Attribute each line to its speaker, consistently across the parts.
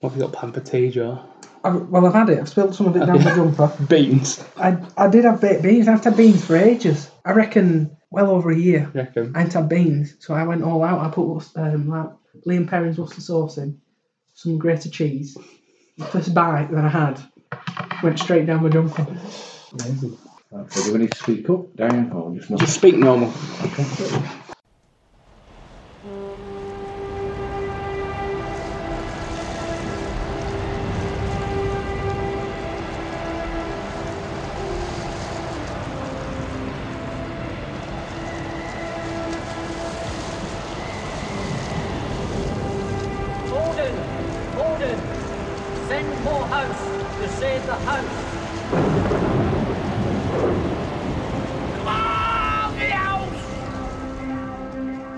Speaker 1: What have you got? Pampatejo?
Speaker 2: I, well, I've had it. I've spilled some of it down my jumper.
Speaker 1: Beans?
Speaker 2: I, I did have baked beans. I've had beans for ages. I reckon well over a year.
Speaker 1: I reckon.
Speaker 2: I ain't had beans, so I went all out. I put wus- um, like Liam Perrin's Worcester sauce in, some grated cheese. The first bite that I had went straight down my jumper.
Speaker 3: Amazing. Right, so do we need to speak up, Darian, or just not?
Speaker 1: Just speak normal.
Speaker 4: Gordon! Gordon! Send more house to save the house!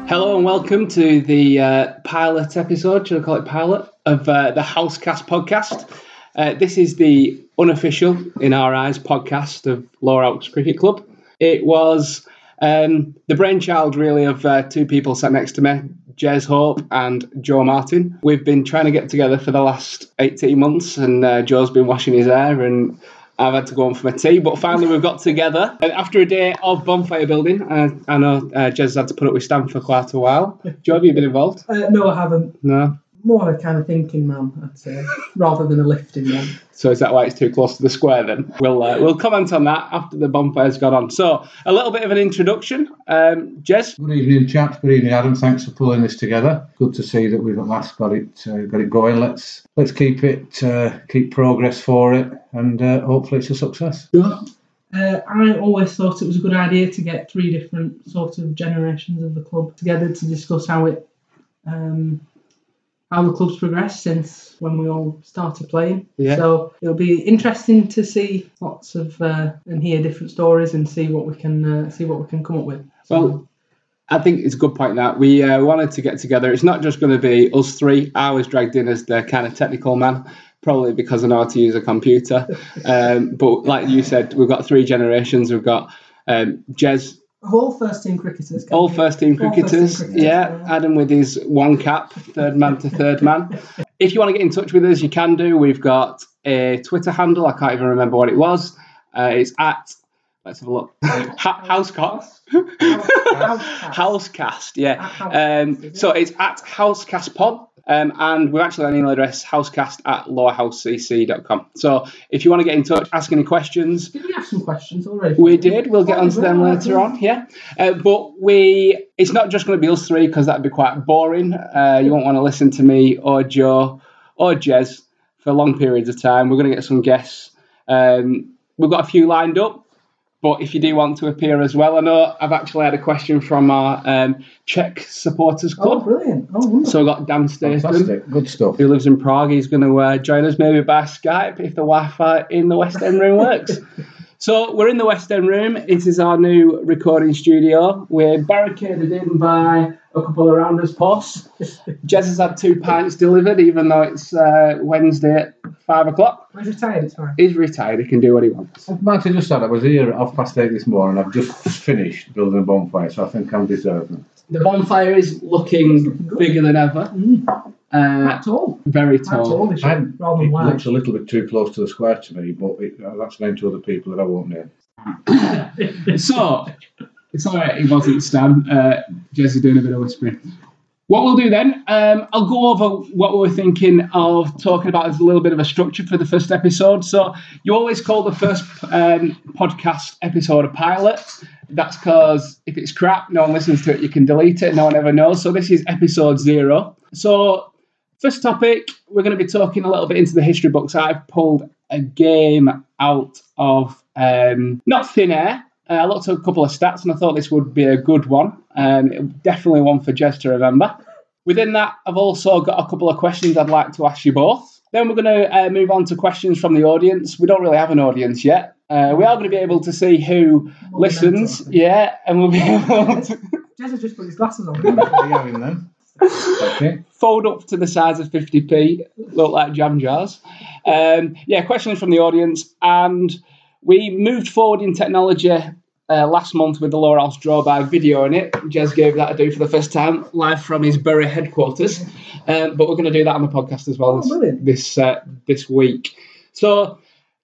Speaker 1: Hello and welcome to the uh, pilot episode, should I call it pilot, of uh, the Housecast podcast. Uh, this is the unofficial, in our eyes, podcast of Lower Oaks Cricket Club. It was um, the brainchild, really, of uh, two people sat next to me, Jez Hope and Joe Martin. We've been trying to get together for the last 18 months, and uh, Joe's been washing his hair and I've had to go on for my tea, but finally we've got together. And after a day of bonfire building, I, I know uh, Jez had to put up with Stan for quite a while. Joe, have you been involved?
Speaker 2: Uh, no, I haven't.
Speaker 1: No.
Speaker 2: More a kind of thinking man, I'd say, rather than a lifting man.
Speaker 1: So is that why it's too close to the square then? We'll uh, we'll comment on that after the bonfire's gone on. So a little bit of an introduction. Um, Jez,
Speaker 3: Good evening, chaps. Good evening, Adam. Thanks for pulling this together. Good to see that we've at last got it uh, got it going. Let's let's keep it uh, keep progress for it, and uh, hopefully it's a success.
Speaker 2: Uh, I always thought it was a good idea to get three different sort of generations of the club together to discuss how it, um, how the club's progressed since when we all started playing.
Speaker 1: Yeah.
Speaker 2: So it'll be interesting to see lots of uh, and hear different stories and see what we can uh, see what we can come up with. So,
Speaker 1: Well, I think it's a good point that we uh, wanted to get together. It's not just going to be us three. I was dragged in as the kind of technical man, probably because I know how to use a computer. Um, but like you said, we've got three generations. We've got um, Jez,
Speaker 2: of all first team cricketers, can
Speaker 1: all
Speaker 2: we-
Speaker 1: first team
Speaker 2: all first-team
Speaker 1: cricketers. Yeah, Adam with his one cap, third man to third man. If you want to get in touch with us, you can do. We've got a Twitter handle. I can't even remember what it was. Uh, it's at, let's have a look, Ha- Housecock.
Speaker 2: Housecast.
Speaker 1: Housecast, yeah.
Speaker 2: Housecast,
Speaker 1: Um, so it's at Housecast Pod, um, and we've actually got an email address, housecast at lowerhousecc.com. So if you want to get in touch, ask any questions,
Speaker 2: Did we have some questions already? Oh,
Speaker 1: we did. We'll get onto them later on. Yeah, uh, but we. It's not just going to be us three because that'd be quite boring. Uh, you won't want to listen to me or Joe or Jez for long periods of time. We're going to get some guests. Um, we've got a few lined up. But if you do want to appear as well, I know I've actually had a question from our um, Czech supporters
Speaker 2: Oh,
Speaker 1: club.
Speaker 2: brilliant! Oh, wonderful.
Speaker 1: so we've got Dan Statham,
Speaker 3: Fantastic. Good stuff.
Speaker 1: who lives in Prague. He's going to uh, join us maybe by Skype if the Wi-Fi in the West End room works. so we're in the West End room. It is our new recording studio. We're barricaded in by a couple of rounders posts. Jez has had two pints delivered, even though it's uh, Wednesday at five o'clock.
Speaker 2: We're retired. It's fine.
Speaker 1: He's retired. He can do what he wants.
Speaker 3: Martin just said I was here at half past eight this morning. I've just finished building a bonfire, so I think I'm deserving.
Speaker 1: The bonfire is looking bigger than ever. Uh,
Speaker 2: That's all.
Speaker 1: very
Speaker 2: That's all
Speaker 1: tall.
Speaker 2: this year,
Speaker 3: I'm-
Speaker 2: rather
Speaker 3: it
Speaker 2: than wide.
Speaker 3: looks a little bit too close to the square to me, but it, uh, that's known to other people that I won't name.
Speaker 1: So it's all right. It wasn't Stan. Uh, Jesse doing a bit of whispering. What we'll do then, um, I'll go over what we we're thinking of talking about as a little bit of a structure for the first episode. So you always call the first um, podcast episode a pilot. That's because if it's crap, no one listens to it. You can delete it. No one ever knows. So this is episode zero. So First topic, we're going to be talking a little bit into the history books. I've pulled a game out of um, not thin air. Uh, I looked at a couple of stats and I thought this would be a good one. Um, it- definitely one for Jez to remember. Within that, I've also got a couple of questions I'd like to ask you both. Then we're going to uh, move on to questions from the audience. We don't really have an audience yet. Uh, we are going to be able to see who listens. Yeah, and we'll be able to.
Speaker 2: Jez has just put his glasses on.
Speaker 3: Are you having them? Okay.
Speaker 1: fold up to the size of 50p, look like jam jars. Um, yeah, questions from the audience. And we moved forward in technology
Speaker 5: uh, last month with the Laura House drawbag video in it. Jez gave that a do for the first time, live from his Bury headquarters. Um, but we're going to do that on the podcast as well
Speaker 2: Oh,
Speaker 5: this
Speaker 2: brilliant.
Speaker 5: this, uh, this week. So,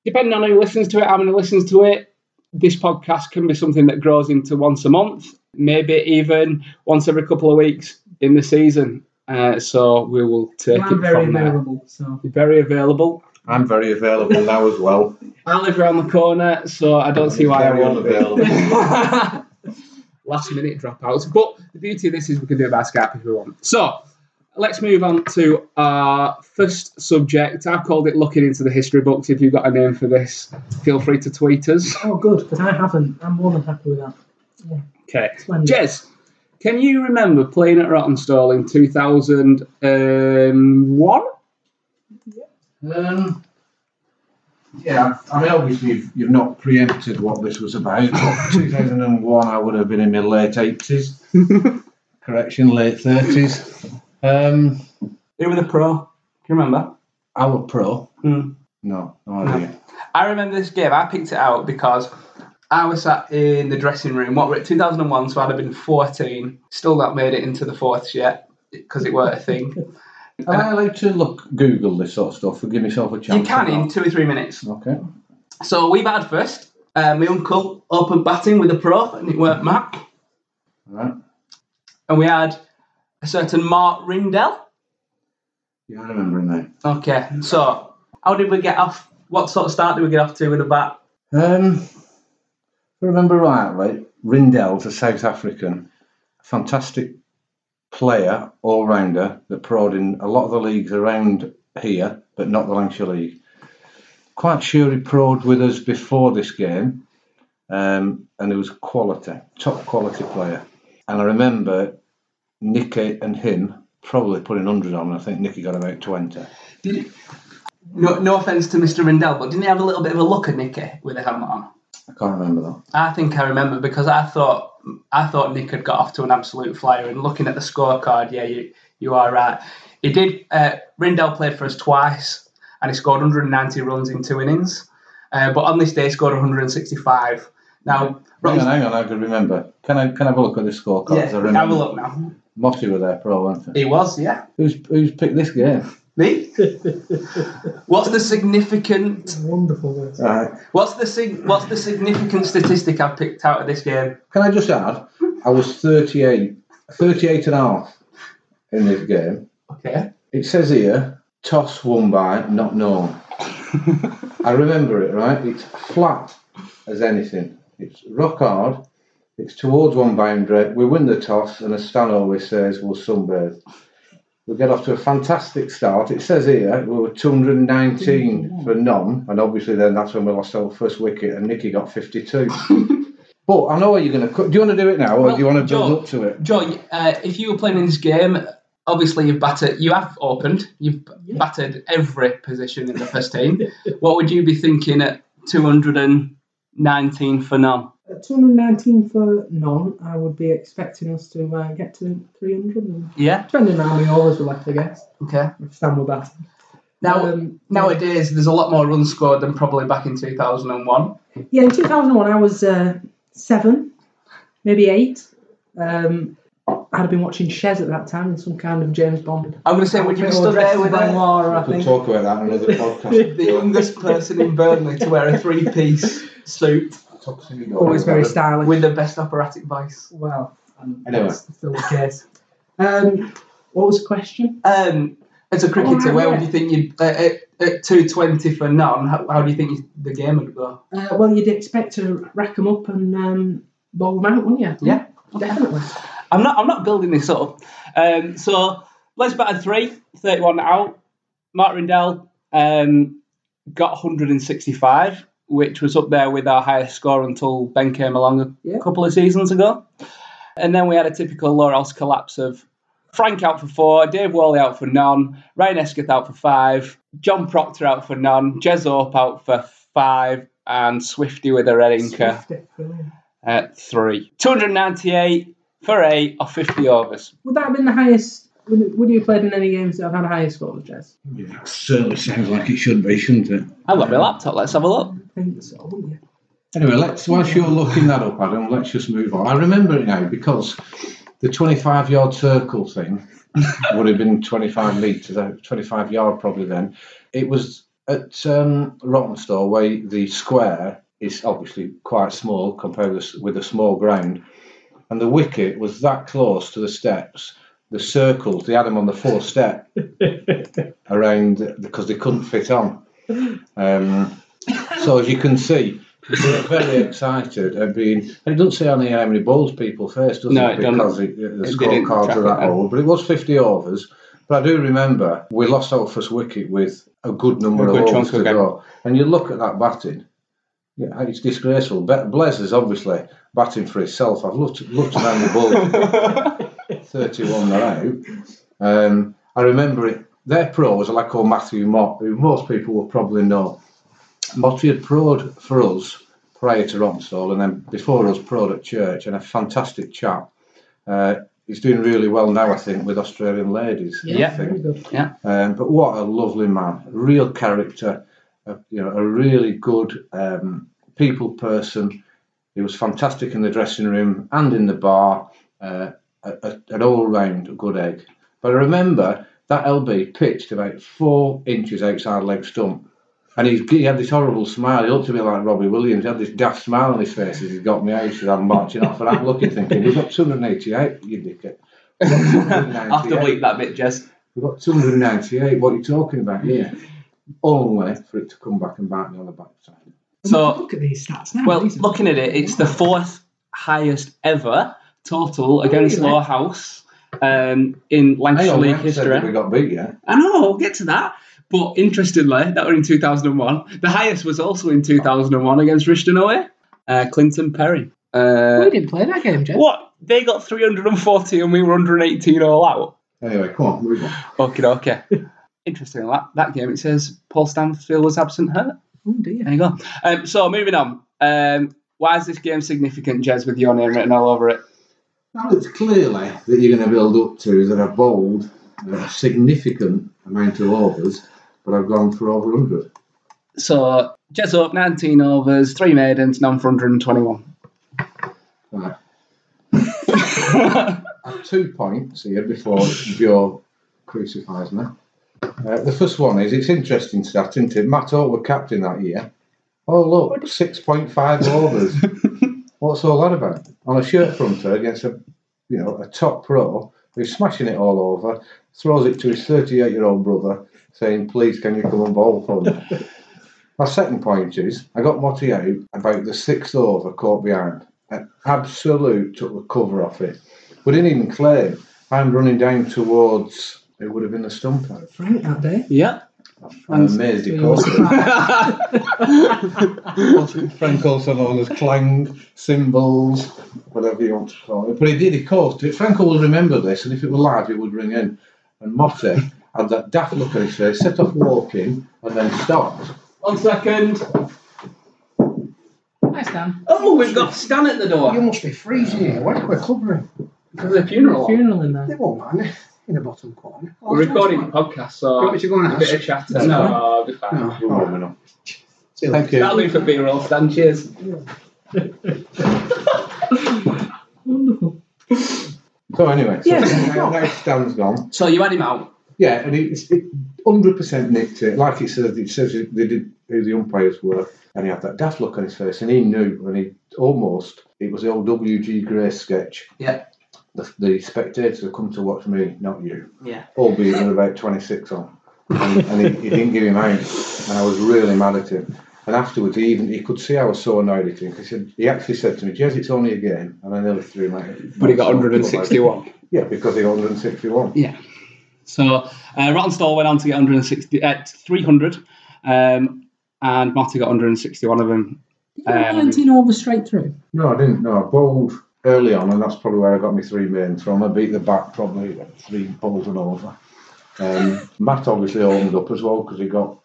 Speaker 5: depending on who listens to it, how many listens to it, this podcast can be something that grows into once a month, maybe even once every couple of weeks in the season. Uh, so we will take
Speaker 2: I'm
Speaker 5: it
Speaker 2: very
Speaker 5: from there.
Speaker 2: available, so
Speaker 5: Very available.
Speaker 3: I'm very available now as well.
Speaker 5: I live around the corner, so I don't see why I
Speaker 3: Very
Speaker 5: won't be.
Speaker 3: unavailable.
Speaker 5: last minute dropouts. But the beauty of this is we can do it by Skype if we want. So let's move on to our first subject. I've called it looking into the history books. If you've got a name for this, feel free to tweet us.
Speaker 2: oh good because I haven't. I'm more than happy with that.
Speaker 5: Okay.
Speaker 2: Splendid.
Speaker 5: Jez, can you remember playing at Rottenstall in 2001?
Speaker 3: Um, yeah, I mean, obviously, you've, you've not preempted what this was about. but 2001, I would have been in my late 80s. Correction, late 30s. Um,
Speaker 5: Who were the pro? Can you remember?
Speaker 3: our pro?
Speaker 5: Hmm.
Speaker 3: No, no idea.
Speaker 5: I remember this game. I picked it out because I was sat in the dressing room. What were it? 2001, so I'd have been 14. Still not made it into the fourths yet because it weren't a thing.
Speaker 3: Am I allowed to look Google this sort of stuff and give myself a chance?
Speaker 5: You can
Speaker 3: or
Speaker 5: in
Speaker 3: not?
Speaker 5: two or three minutes.
Speaker 3: Okay.
Speaker 5: So we batted first. Uh, my uncle opened batting with a pro, and it weren't Mac.
Speaker 3: All right.
Speaker 5: And we had a certain Mark Rindell.
Speaker 3: Yeah, I remember him now.
Speaker 5: Okay, so how did we get off? What sort of start did we get off to with a bat?
Speaker 3: Um, if I remember rightly, Rindell's a South African, fantastic player, all rounder that prowed in a lot of the leagues around here, but not the Lancashire League. Quite sure he prowed with us before this game, um, and he was quality, top quality player. And I remember Nicky and him probably putting 100 on, and I think Nicky got about 20.
Speaker 5: Did it, no, no offense to Mr. Rindell, but didn't he have a little bit of a look at Nicky with a helmet on?
Speaker 3: I can't remember that.
Speaker 5: I think I remember because I thought I thought Nick had got off to an absolute flyer, and looking at the scorecard, yeah, you you are right. He did. Uh, Rindell played for us twice, and he scored 190 runs in two innings. Uh, but on this day, he scored 165. Now,
Speaker 3: Hang on,
Speaker 5: Rotten-
Speaker 3: hang on, I can remember. Can I can I have a look at the scorecard?
Speaker 5: yeah,
Speaker 3: I remember.
Speaker 5: have a look now.
Speaker 3: Motti were there, pro, weren't they?
Speaker 5: He was, yeah.
Speaker 3: Who's who's picked this game?
Speaker 5: Me. what's the significant?
Speaker 2: Wonderful. words.
Speaker 3: Right.
Speaker 5: What's the sig- What's the significant statistic I picked out of this game?
Speaker 3: Can I just add? I was 38, 38 and a half in this game.
Speaker 5: Okay.
Speaker 3: It says here, toss won by not known. I remember it right. It's flat as anything. It's rock hard. It's towards one boundary. We win the toss, and as Stan always says, we'll sunbathe. We get off to a fantastic start. It says here we were 219 for none, and obviously then that's when we lost our first wicket, and Nicky got 52. but I know what you're going to. Do you want to do it now, or do you want to build
Speaker 5: Well,
Speaker 3: up to it?
Speaker 5: Joe, uh, if you were playing in this game, obviously you've batted, you have opened, you've battered every position in the first team. what would you be thinking at 219 for none?
Speaker 2: At 219 for none, I would be expecting us to uh, get to 300. And
Speaker 5: Yeah.
Speaker 2: depending on how many overs we left, I guess.
Speaker 5: Okay.
Speaker 2: If Stan were batting.
Speaker 5: Now,
Speaker 2: Um,
Speaker 5: nowadays, there's a lot more runs scored than probably back in 2001.
Speaker 2: Yeah, in 2001, I was uh, seven, maybe eight. Um, I'd have been watching Shes at that time in some kind of James Bond.
Speaker 5: I'm going to say, would you be stood there with a,
Speaker 2: Laura, I
Speaker 3: We'll
Speaker 2: think.
Speaker 3: talk about that in another podcast.
Speaker 5: the youngest person in Burnley to wear a three-piece suit
Speaker 3: Tuxedo.
Speaker 2: Always very stylish.
Speaker 5: with the best operatic voice?
Speaker 2: well, um,
Speaker 3: Anyway.
Speaker 2: that's still the case. Um, what was the question?
Speaker 5: Um, as a cricketer,
Speaker 2: Oh,
Speaker 5: where
Speaker 2: yeah.
Speaker 5: would you think you'd uh, at, at 220 for none? How, how do you think the game would go?
Speaker 2: Uh, well, you'd expect to rack them up and um, bowl them out, wouldn't you? Oh,
Speaker 5: Yeah.
Speaker 2: Definitely.
Speaker 5: I'm not. I'm not building this up. Um, so Les batted three, 31 out. Mark Rindell um, got 165, which was up there with our highest score until Ben came along a
Speaker 2: Yeah.
Speaker 5: couple of seasons ago. And then we had a typical Laurel's collapse of Frank out for four, Dave Wally out for none, Ryan Esketh out for five, John Proctor out for none, Jez Orp out for five, and Swifty with a red inker
Speaker 2: Swift, brilliant.
Speaker 5: at three. 298 for eight or 50 overs.
Speaker 2: Would that have been the highest? Would, would you have played in any games that have had a higher score, Jez?
Speaker 3: Certainly sounds like it should be, shouldn't it?
Speaker 5: I've got my laptop, let's have a look.
Speaker 2: I think so, wouldn't you?
Speaker 3: Anyway, let's whilst you're looking that up, Adam, let's just move on. I remember it now because the 25 yard circle thing would have been 25 metres, uh, 25 yard probably then. It was at um, Rottenstall where the square is obviously quite small compared with, with a small ground, and the wicket was that close to the steps. The circles, they had them on the fourth step around because they couldn't fit on. Um, so as you can see, we're very excited at being. It doesn't say on here how many balls people faced, does
Speaker 1: No,
Speaker 3: it?
Speaker 1: it doesn't.
Speaker 3: Because it, the
Speaker 1: It didn't
Speaker 3: scorecards
Speaker 1: track
Speaker 3: are
Speaker 1: it
Speaker 3: that
Speaker 1: down.
Speaker 3: old, but it was 50 overs. But I do remember we lost our first wicket with a good number
Speaker 1: A good
Speaker 3: of
Speaker 1: chunk
Speaker 3: overs to
Speaker 1: of game.
Speaker 3: go. And you look at that batting, yeah, it's disgraceful. Be- Blaise is obviously batting for himself. I've looked looked around the ball, 31 are out. Um, I remember it. Their pros are like old Matthew Mott, who most people will probably know. Motti had proed for us prior to Romstall and then before us proed at church and a fantastic chap. Uh, he's doing really well now, I think, with Australian ladies. I
Speaker 1: Yeah.
Speaker 3: think.
Speaker 2: very good.
Speaker 3: Um, but what a lovely man, real character, a, you know, a really good um, people person. He was fantastic in the dressing room and in the bar, uh, a, a, an all-round good egg. But I remember that LB pitched about four inches outside leg stump. And he's, he had this horrible smile. He looked a bit like Robbie Williams. He had this daft smile on his face as he got me out as I'm marching off. And I'm looking, thinking, we've got 288, you dickhead. We've got
Speaker 1: I have to
Speaker 3: 298.
Speaker 1: bleep that bit, Jess.
Speaker 3: We've got 298. What are you talking about here? Only for it to come back and bite me on the backside.
Speaker 1: So-
Speaker 2: look at these stats now.
Speaker 1: Well,
Speaker 2: These are-
Speaker 1: looking at it, it's the fourth highest ever total against
Speaker 2: Really?
Speaker 1: Law House um, in
Speaker 3: Hang
Speaker 1: Lancashire
Speaker 3: on, we
Speaker 1: League
Speaker 3: haven't said that We
Speaker 1: history.
Speaker 3: got beat, yeah.
Speaker 1: I know, we'll get to that. But interestingly, that were in 2001. The highest was also in 2001 against Rishton away, uh, Clinton Perry. Uh,
Speaker 2: we didn't play that game, Jed.
Speaker 1: what? They got 340 and we were 118 all out.
Speaker 3: Anyway, come on, move on.
Speaker 1: Okay, okay. Interesting, that, that game, it says Paul Stanfield was absent hurt.
Speaker 2: Oh dear.
Speaker 1: There you go. Um, so moving on. Um, why is this game significant, Jez, with your name written all over it?
Speaker 3: Now it's clearly that you're going to build up to that I've bowled a significant amount of overs, but I've gone for over 100.
Speaker 1: So Jez up 19 overs, three maidens, none for 121.
Speaker 3: Right. At two points here before Joe crucifies me. Uh, the first one is it's interesting stat, isn't it? Matt Oak were captain that year. Oh look, six point five overs. What's all that about? On a shirt fronter against a you know a top pro who's smashing it all over, throws it to his thirty eight year old brother, saying, Please can you come and bowl for me? My second point is I got Motti out about the sixth over caught behind. An absolute took the cover off it. We didn't even claim. I'm running down towards it would have been the stump.
Speaker 2: Frank that day.
Speaker 1: yeah.
Speaker 3: I'm amazed he
Speaker 2: We
Speaker 3: caught
Speaker 2: lost
Speaker 3: it.
Speaker 2: that.
Speaker 3: Frank also known as clang, cymbals, whatever you want to call it. But he did, he caught it. Franco will remember this, and if it were live, it would ring in. And Motti had that daft look on his face, set off walking, and then stopped.
Speaker 1: One second.
Speaker 2: Nice, Dan.
Speaker 1: Oh, we've got Stan at the
Speaker 6: You
Speaker 1: door.
Speaker 6: must be freezing here. Why are we covering?
Speaker 1: Because of the funeral.
Speaker 2: Funeral in
Speaker 1: Um,
Speaker 6: They
Speaker 2: there.
Speaker 6: won't mind in the bottom corner.
Speaker 1: We're recording the podcast,
Speaker 6: Do you want
Speaker 1: so
Speaker 6: me to go and
Speaker 1: a bit of
Speaker 6: ask?
Speaker 1: chat.
Speaker 3: That's
Speaker 1: No,
Speaker 3: fine.
Speaker 1: I'll be fine.
Speaker 6: No.
Speaker 3: You're warming up.
Speaker 6: See you later.
Speaker 3: Thank you.
Speaker 1: That'll be for B-roll, Stan. Cheers.
Speaker 2: Wonderful.
Speaker 3: So anyway, so
Speaker 2: Yeah.
Speaker 3: now, now Stan's gone.
Speaker 1: So you had him out.
Speaker 3: Yeah, and he it hundred percent nicked it. Like he says, it says they did who the umpires were, and he had that daft look on his face, and he knew, and he almost it was the old WG Grace sketch.
Speaker 1: Yeah.
Speaker 3: The, the spectators have come to watch me, not you.
Speaker 1: Yeah.
Speaker 3: Albeit with about twenty six on, and, and he, he didn't give him out, and I was really mad at him. And afterwards, he even he could see I was so annoyed at him because he, said- he actually said to me, "Jez, it's only a game," and I nearly threw him out.
Speaker 1: But he got 161.
Speaker 3: Yeah, because he got 161.
Speaker 1: Yeah. So uh, Rottenstall went on to get 160, uh, 300, um, and Motti got 161 of them.
Speaker 2: Did you have
Speaker 1: Um,
Speaker 2: 19 over straight through?
Speaker 3: No, I didn't. No, I bowled early on, and that's probably where I got my three mains from. I beat the bat probably at three balls and over. Um, Matt obviously opened up as well because he got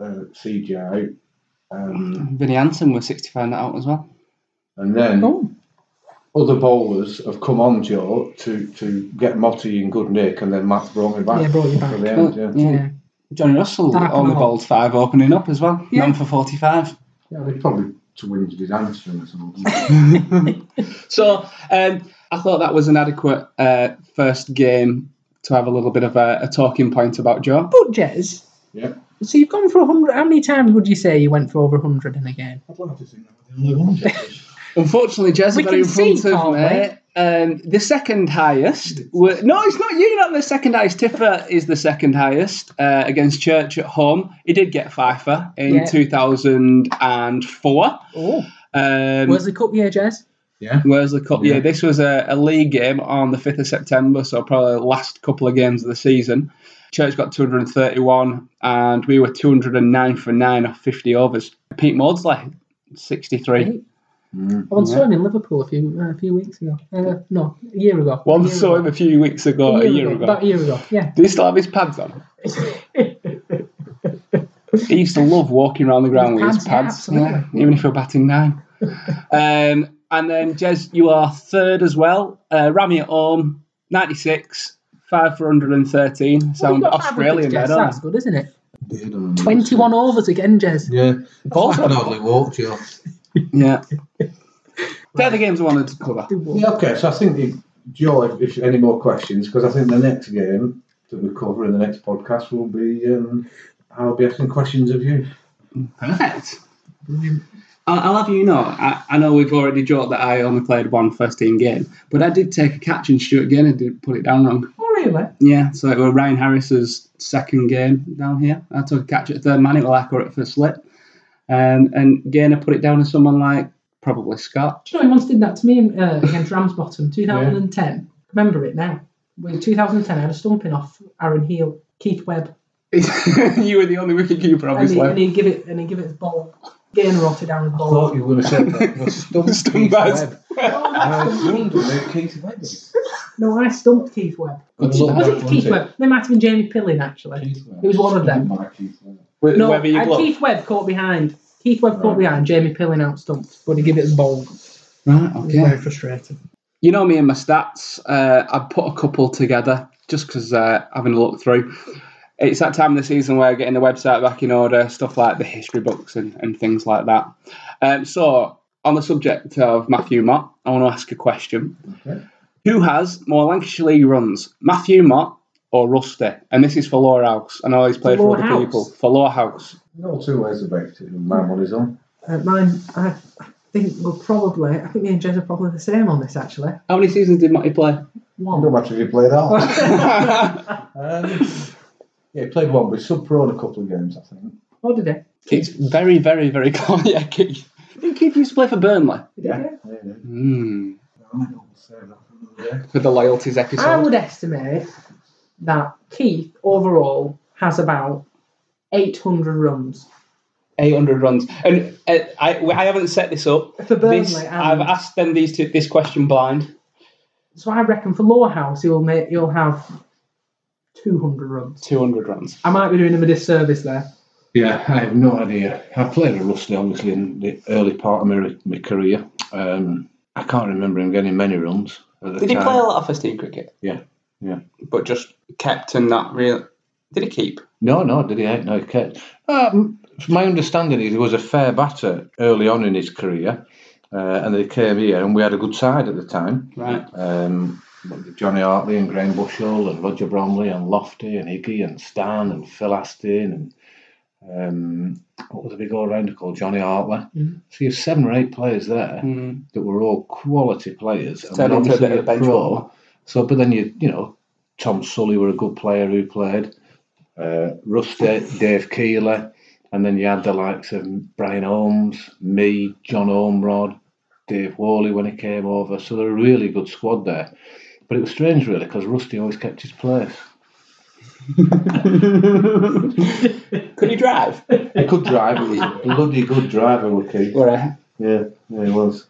Speaker 3: uh, CJ out. Um,
Speaker 1: Vinny Anson was 65 that out as well.
Speaker 3: and then
Speaker 2: Oh.
Speaker 3: other bowlers have come on, Joe, to, to get Motti in good nick, and then Matt brought me back.
Speaker 2: Yeah, brought you
Speaker 3: for
Speaker 2: back.
Speaker 3: the end, yeah.
Speaker 2: Yeah.
Speaker 1: Johnny Russell
Speaker 2: That happened
Speaker 1: only
Speaker 2: a lot.
Speaker 1: bowled five opening up as well.
Speaker 2: Yeah.
Speaker 1: None for 45.
Speaker 3: Yeah, they probably to whinge his hamstring or something.
Speaker 1: So um, I thought that was an adequate uh, first game to have a little bit of a, a talking point about Joe.
Speaker 5: But Jez,
Speaker 3: yeah.
Speaker 5: so you've gone for hundred. How many times would you say you went for over hundred in a game?
Speaker 6: I'd like to think that we're the only ones.
Speaker 1: Unfortunately, Jez,
Speaker 5: We
Speaker 1: are in
Speaker 5: can see,
Speaker 1: front of
Speaker 5: can't
Speaker 1: me. Um, the second highest. Were, no, it's not you. You're not the second highest. Tipper is the second highest uh, against Church at home. He did get Pfeiffer in
Speaker 5: Yeah.
Speaker 1: 2004.
Speaker 5: Oh,
Speaker 1: Um,
Speaker 5: where's the cup year, Jez?
Speaker 1: Worsley Cup. Yeah,
Speaker 3: Yeah.
Speaker 1: this was a, a league game on the 5th of September, so probably the last couple of games of the season. Church got 231, and we were 209 for 9 off 50 overs. Pete Maudsley, 63.
Speaker 5: Right. I once saw him in Liverpool a few uh, a few weeks ago. Uh, no, a year ago.
Speaker 1: One
Speaker 5: A year
Speaker 1: saw
Speaker 5: ago.
Speaker 1: him a few weeks ago, a year, ago.
Speaker 5: About a year ago. Yeah.
Speaker 1: Did he still have his pads on? he used to love walking around the ground with his
Speaker 5: Pads, yeah,
Speaker 1: pads,
Speaker 5: absolutely.
Speaker 1: yeah, even if you're batting nine. um, and then, Jez, you are third as well. Uh, Rami at home, 96, 5 for 113. Sound
Speaker 5: Well, we've got five
Speaker 1: Australian
Speaker 5: wickets,
Speaker 1: there,
Speaker 5: Jez.
Speaker 1: don't
Speaker 5: That's good, isn't it?
Speaker 3: Beard on him.
Speaker 5: Twenty-one overs again, Jez.
Speaker 3: Yeah.
Speaker 1: Also-
Speaker 3: I can hardly walk, Joe.
Speaker 1: they? Yeah. They're the games I wanted to cover.
Speaker 3: Yeah, okay. So I think, if, Joe, if, if any more questions, because I think the next game that we cover in the next podcast will be, um, I'll be asking questions of you.
Speaker 1: Perfect. I'll, I'll have you know, I, I know we've already joked that I only played one first team game, but I did take a catch and Stuart Gaynor did put it down wrong.
Speaker 2: Oh, really?
Speaker 1: Yeah, so it was Ryan Harris's second game down here. I took a catch at third man, it was like it for a slip. Um, and Gainer put it down to someone like probably Scott.
Speaker 2: Do you know he once did that to me uh, against Ramsbottom, 2010. Remember it now. In 2010, I had a stumping off Aaron Heal, Keith Webb,
Speaker 1: you were the only wicketkeeper,
Speaker 2: and he,
Speaker 1: obviously.
Speaker 2: and he give it and he give it his ball. Gainer rolled it down his
Speaker 3: I
Speaker 2: ball.
Speaker 3: thought you were going to say that. was Stumped
Speaker 1: Stumped
Speaker 3: Keith
Speaker 1: us.
Speaker 3: Webb. I was wondering who Keith Webb is.
Speaker 2: No, I stumped Keith Webb.
Speaker 3: Good
Speaker 1: Was it
Speaker 3: luck,
Speaker 2: Was it
Speaker 3: wasn't
Speaker 2: Keith Webb? They might have been Jamie Pillin actually.
Speaker 3: Keith Webb.
Speaker 2: It was one of them.
Speaker 3: By Keith Webb.
Speaker 1: Wh-
Speaker 2: No,
Speaker 1: whoever you
Speaker 2: and
Speaker 1: blocked.
Speaker 2: Keith Webb caught behind. Keith Webb caught
Speaker 3: Right.
Speaker 2: behind. Jamie Pillin out stumped, but he give it the ball.
Speaker 1: Right,
Speaker 2: It was very
Speaker 1: okay.
Speaker 2: frustrating.
Speaker 1: You know me and my stats. Uh, I put a couple together just because uh, having a look through. It's that time of the season where getting the website back in order, stuff like the history books and, and things like that. Um, so, on the subject of Matthew Mott, I want to ask a question.
Speaker 3: Okay.
Speaker 1: Who has more Lancashire League runs, Matthew Mott or Rusty? And this is for Law House. I know he's played
Speaker 2: Law
Speaker 1: for other
Speaker 2: House?
Speaker 1: people. For Law House.
Speaker 3: No two ways about it. My money's on.
Speaker 2: Uh, mine, I think we'll probably. I think me and Jez are probably the same on this actually.
Speaker 1: How many seasons did Matty play?
Speaker 2: One.
Speaker 3: No matter if you played all.
Speaker 1: it's
Speaker 3: um, yeah, he played one, but sub pro in a couple of games, I think.
Speaker 2: What did he?
Speaker 1: very, very, very common. Yeah, Keith. Didn't Keith used to play for Burnley?
Speaker 3: Yeah. yeah. yeah.
Speaker 1: Mm.
Speaker 3: I might not say that for another day.
Speaker 1: For the loyalties
Speaker 2: I
Speaker 1: episode.
Speaker 2: would estimate that Keith overall has about 800 runs.
Speaker 1: 800 runs. And uh, I, I haven't set this up.
Speaker 2: For Burnley,
Speaker 1: This-
Speaker 2: and-
Speaker 1: I've asked them these two, this question blind.
Speaker 2: So I reckon for Lawhouse, he'll make he'll have 200 runs.
Speaker 1: 200 runs.
Speaker 2: I might be doing him a disservice there.
Speaker 3: Yeah, I have no idea. I played at Rusty obviously in the early part of my, my career. Um, I can't remember him getting many runs at the
Speaker 1: Did he
Speaker 3: time.
Speaker 1: play a lot of first team cricket?
Speaker 3: Yeah, yeah.
Speaker 1: But just kept and not real. Did he keep?
Speaker 3: No, no, did he? No, he kept. Um, from my understanding is he was a fair batter early on in his career, uh, and then he came here, and we had a good side at the time.
Speaker 1: Right.
Speaker 3: Um, with Johnny Hartley and Graham Bushell and Roger Bromley and Lofty and Iggy and Stan and Phil Astin and um, what was the big all-rounder called? Johnny Hartley. So you have seven or eight players there
Speaker 1: Mm.
Speaker 3: that were all quality players. and
Speaker 1: Turned
Speaker 3: then
Speaker 1: into a bit
Speaker 3: obviously
Speaker 1: of a bench
Speaker 3: pro.
Speaker 1: warmer.
Speaker 3: So, but then you, you know, Tom Sully were a good player who played, uh, Rusty, Dave Keeler, and then you had the likes of Brian Holmes, me, John Ormrod, Dave Worley when he came over. So they're a really good squad there. But it was strange, really, because Rusty always kept his place.
Speaker 1: Could he drive?
Speaker 3: He could drive. He was a bloody good driver, Wiki.
Speaker 1: Were he?
Speaker 3: Yeah, yeah, he was.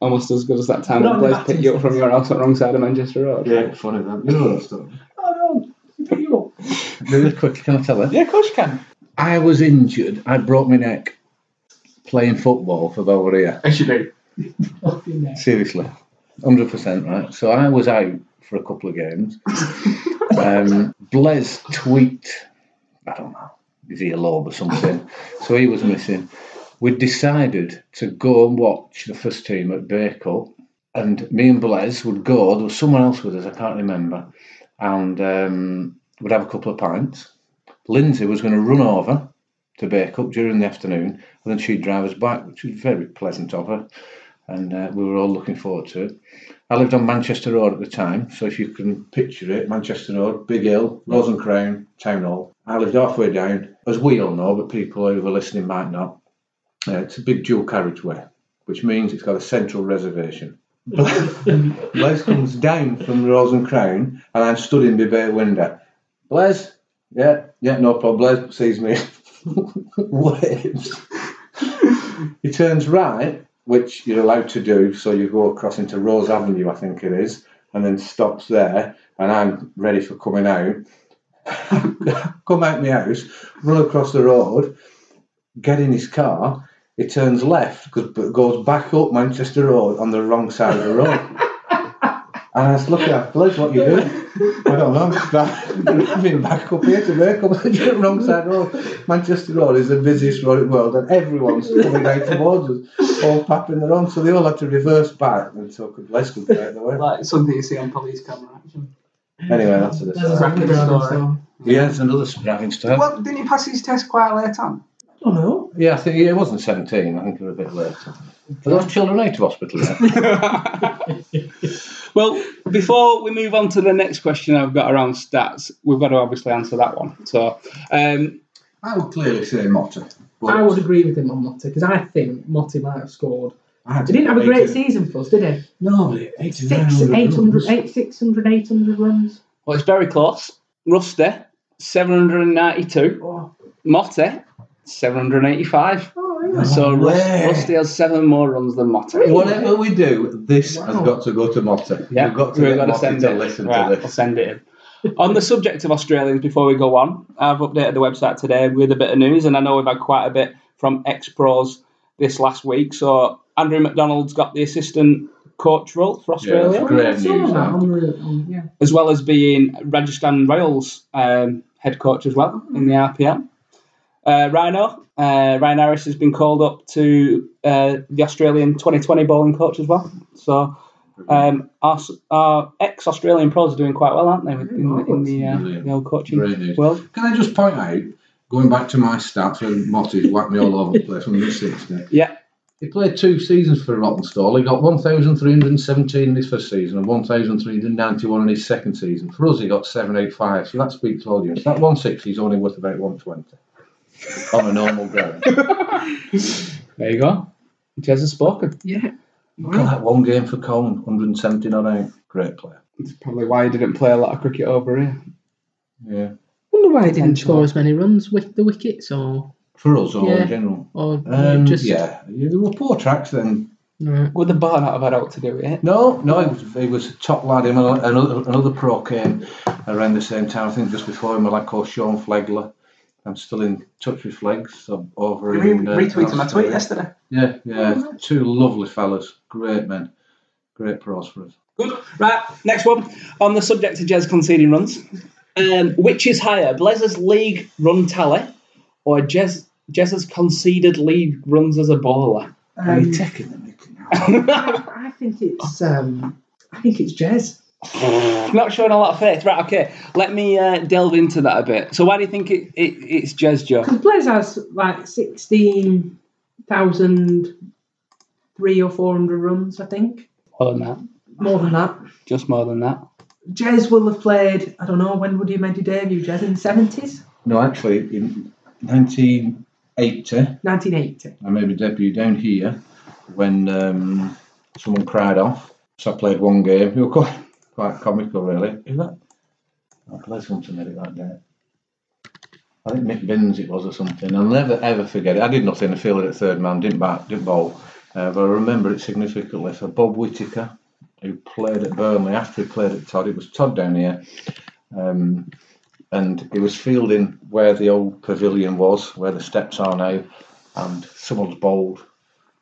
Speaker 1: Almost as good as that time
Speaker 2: Not
Speaker 1: when
Speaker 2: in the
Speaker 1: Blaze picked you up
Speaker 2: batting
Speaker 1: from your house on the wrong side of Manchester Road.
Speaker 3: Yeah, funny that. You know that story.
Speaker 2: Oh no, he picked you up.
Speaker 3: Really quick, can I tell it?
Speaker 1: Yeah, of course you can.
Speaker 3: I was injured. I broke my neck playing football for Belvedere.
Speaker 1: Yes, you do.
Speaker 2: Fucking hell.
Speaker 3: Seriously, hundred percent right. So I was out for a couple of games. um, Blaise tweaked. I don't know. His earlobe or something. So he was missing. we decided to go and watch the first team at Bakewell. And me and Blaise would go, there was someone else with us, I can't remember, and um, we'd have a couple of pints. Lindsay was going to run over to Bakewell during the afternoon, and then she'd drive us back, which was very pleasant of her. And uh, we were all looking forward to it. I lived on Manchester Road at the time, so if you can picture it, Manchester Road, Big Hill, Rose and Crown, Town Hall. I lived halfway down, as we all know, but people who are listening might not. Uh, it's a big dual carriageway, which means it's got a central reservation. Blaise comes down from Rose and Crown, and I'm stood in the bay window. Blaise, yeah, yeah, no problem. Blaise sees me, waves. he turns right, which you're allowed to do, so you go across into Rose Avenue, I think it is, and then stops there. And I'm ready for coming out. Come out my house, run across the road, get in his car. He turns left, goes- but goes back up Manchester Road on the wrong side of the road. and I was looking at Liz, what you doing? I don't know. I've been back up here to work on the wrong side of the road. Manchester Road is the busiest road in the world, and everyone's coming down towards us, all papping their own. So they all had to reverse back, and so could Les could get out of the way.
Speaker 5: Like something you see on police camera action.
Speaker 3: Anyway, that's it.
Speaker 2: There's a
Speaker 5: Sorry.
Speaker 2: rapid round,
Speaker 5: Sorry.
Speaker 2: so.
Speaker 3: Yeah, it's another surprising story.
Speaker 6: Well, didn't he pass his test quite late on?
Speaker 2: I don't
Speaker 3: Oh,
Speaker 2: know.
Speaker 3: Yeah, I think yeah, it wasn't 17. I think it was a bit later. But those children out of hospital. yeah?
Speaker 1: Well, before we move on to the next question I've got around stats, we've got to obviously answer that one. So, um,
Speaker 3: I would clearly say Motta.
Speaker 5: I would agree with him on Motti because I think Motti might have scored.
Speaker 3: I
Speaker 5: He didn't have a great season for us, did he?
Speaker 3: No, but 89
Speaker 5: Six,
Speaker 3: would have
Speaker 5: 800,
Speaker 3: done.
Speaker 5: eight, 600, 800 runs.
Speaker 1: well, it's very close. Rusty, 792.
Speaker 5: Oh,
Speaker 1: Motte, 785.
Speaker 5: oh really?
Speaker 1: So, Rus-
Speaker 3: way.
Speaker 1: Rusty has seven more runs than Motte.
Speaker 3: Whatever we do, this has
Speaker 5: Wow.
Speaker 3: got to go to Motta. We've got to
Speaker 1: we've
Speaker 3: get
Speaker 1: gotta
Speaker 3: Motta to listen
Speaker 1: Right,
Speaker 3: to
Speaker 1: I'll
Speaker 3: this.
Speaker 1: send it in. on the subject of Australians, before we go on, I've updated the website today with a bit of news, and I know we've had quite a bit from ex pros this last week. So Andrew McDonald's got the assistant coach role for
Speaker 3: Yeah, that's
Speaker 1: Australia,
Speaker 3: great
Speaker 5: I saw
Speaker 3: news.
Speaker 5: that
Speaker 3: that.
Speaker 5: on the, on, yeah.
Speaker 1: as well as being Rajasthan Royals um, head coach as well in the RPM. Uh, Rhino, uh, Ryan Harris has been called up to uh, the Australian 2020 bowling coach as well. So um, our, s- our ex-Australian pros are doing quite well, aren't they, in, in the, uh,
Speaker 3: Brilliant.
Speaker 1: the old coaching
Speaker 3: Great news.
Speaker 1: world?
Speaker 3: Can I just point out, going back to my stats, where Motti's whacked me all over the place when he was 60.
Speaker 1: Yeah.
Speaker 3: He played two seasons for Rottenstall. He got 1,317 in his first season and 1,391 in his second season. For us, he got 785. So that speaks volumes. That 160 is only worth about 120 on a normal ground. Got
Speaker 1: There you go. Jez has spoken.
Speaker 2: Yeah.
Speaker 3: that one game for Colin, 170 not out. Great player.
Speaker 1: That's probably why he didn't play a lot of cricket over here.
Speaker 3: Yeah.
Speaker 5: wonder why he didn't
Speaker 1: Potential.
Speaker 5: score as many runs with the wickets or,
Speaker 3: For us, all
Speaker 5: Yeah.
Speaker 3: in general.
Speaker 5: or
Speaker 3: Um,
Speaker 5: just.
Speaker 3: yeah. yeah. There were poor tracks then.
Speaker 5: No.
Speaker 1: Would the bar not have had out to do with it?
Speaker 3: No, no, he was, he was a top lad. Him and another, another pro came around the same time. I think just before him, a lad called Sean Flegler. I'm still in touch with Flegs so over
Speaker 6: He re-
Speaker 3: in, uh,
Speaker 6: retweeted my
Speaker 3: Australia.
Speaker 6: tweet yesterday.
Speaker 3: Yeah, yeah, two lovely fellas, great men, great pros for us.
Speaker 1: Good. Right, next one. On the subject of Jez conceding runs, um, which is higher, Blazers league run tally or Jez, Jez's conceded league runs as a bowler?
Speaker 3: Are
Speaker 2: Um,
Speaker 3: you taking the mickey now?
Speaker 2: I think it's um, I think it's Jez.
Speaker 1: Not showing a lot of faith. Right, okay. Let me uh, delve into that a bit. So, why do you think it, it, it's Jez, Joe?
Speaker 2: Because Blaze has like sixteen thousand three or four hundred runs, I think.
Speaker 1: More than that.
Speaker 2: More than that.
Speaker 1: Just more than that.
Speaker 2: Jez will have played, I don't know, when would he have made his debut, Jez? In the 70s?
Speaker 3: No, actually, in 1980,
Speaker 2: 1980.
Speaker 3: I made my debut down here when um, someone cried off. So I played one game. It was quite, quite comical, really. Is that? I played something with it that day. I think Mick Binns it was or something. I'll never ever forget it. I did nothing. I fielded at third man, didn't bat, didn't bowl. Uh, but I remember it significantly for Bob Whitaker, who played at Burnley after he played at Todd. It was Todd down here. Um, and it was fielding where the old pavilion was, where the steps are now, and someone's bowled.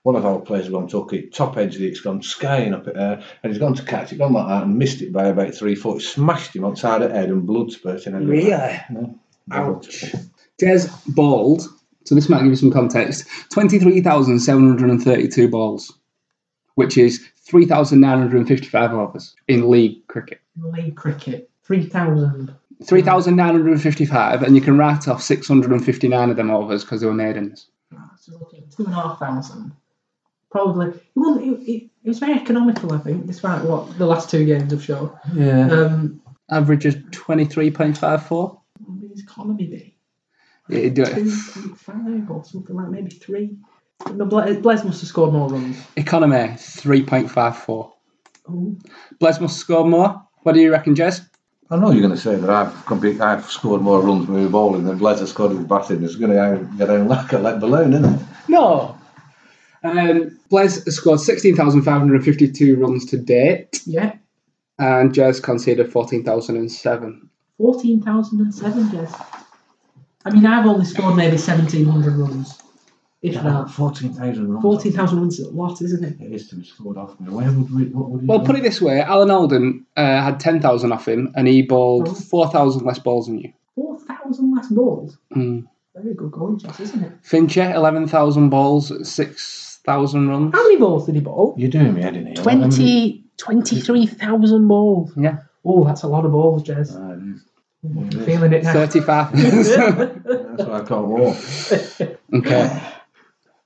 Speaker 3: One of our players has gone took it, top edge of it, it's gone skying up at air, and he's gone to catch it, gone like that, and missed it by about three foot. It smashed him outside the head, and blood spurting everywhere.
Speaker 1: Really? Ouch. Jez bowled So this might give you some context. 23,732 balls, which is 3,955 overs in league cricket.
Speaker 2: League cricket. 3,000.
Speaker 1: 3,955, and you can write off 659 of them overs because they were maidens.
Speaker 2: Right, So we're looking at 2,500. Probably. It, wasn't, it, it, it was very economical, I think, despite what the last two games have shown.
Speaker 3: Yeah.
Speaker 2: Um,
Speaker 1: Average is 23.54.
Speaker 2: what would his economy be?
Speaker 1: Yeah, you do it.
Speaker 2: 2.5 or something like maybe 3. No, Blaise, Blaise must have scored more runs.
Speaker 1: Economy, 3.54.
Speaker 2: Oh,
Speaker 1: Blaise must score more. What do you reckon, Jez?
Speaker 3: I know you're going to say that I've compete, I've scored more runs with my bowling than Blaise has scored with batting. It's going to get down like a lead balloon, isn't it?
Speaker 1: No. Um, Blaise has scored 16,552 runs to date,
Speaker 2: yeah.
Speaker 1: and Jez conceded 14,007.
Speaker 2: 14,007, yes. I mean, I've only scored maybe 1,700 runs, if not.
Speaker 3: 14,000 runs.
Speaker 2: 14,000 runs is a lot, isn't it?
Speaker 3: It is to be scored off me. Where would we, what would we
Speaker 1: Well, put it this way Alan Alden uh, had 10,000 off him, and he
Speaker 2: Oh.
Speaker 1: bowled 4,000 less balls than you.
Speaker 2: 4,000 less balls.
Speaker 1: Mm.
Speaker 2: Very good going, Jess, isn't it?
Speaker 1: Fincher, 11,000 balls, 6,000 runs.
Speaker 2: How many balls did he bowl?
Speaker 3: You're doing me head in here.
Speaker 5: 20, 23,000 balls.
Speaker 1: Yeah.
Speaker 2: Oh, that's a lot of balls, Jess.
Speaker 3: Ah, it is.
Speaker 2: Feeling it now.
Speaker 1: 35.
Speaker 3: That's why I can't walk.
Speaker 1: okay.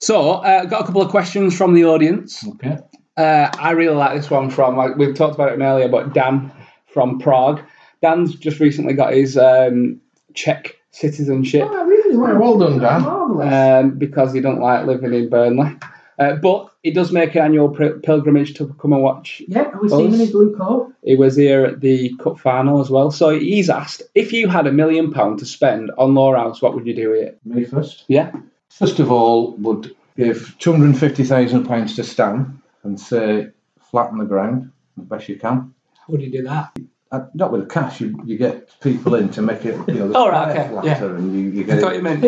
Speaker 1: So, uh, got a couple of questions from the audience.
Speaker 3: Okay.
Speaker 1: Uh, I really like this one from, like, we've talked about it earlier, but Dan from Prague. Dan's just recently got his um, Czech citizenship
Speaker 2: Oh, really?
Speaker 3: Well, well done, Dan.
Speaker 2: Marvellous.
Speaker 1: um, because he don't like living in Burnley. Uh, but he does make an annual pri- pilgrimage to come and watch.
Speaker 2: yeah, and we see him in his blue coat.
Speaker 1: He was here at the Cup final as well. So he's asked, if you had a million pound to spend on Law House, what would you do with it?
Speaker 3: Me first.
Speaker 1: Yeah.
Speaker 3: First of all, would give two hundred and fifty thousand pounds to Stan and say flatten the ground the best you can.
Speaker 5: How would you do that?
Speaker 3: Uh, not with cash, you, you get people in to make it. You know, the
Speaker 1: Oh, right,
Speaker 3: fire
Speaker 1: okay,
Speaker 3: flatter
Speaker 1: yeah.
Speaker 3: and you, you get it.
Speaker 1: meant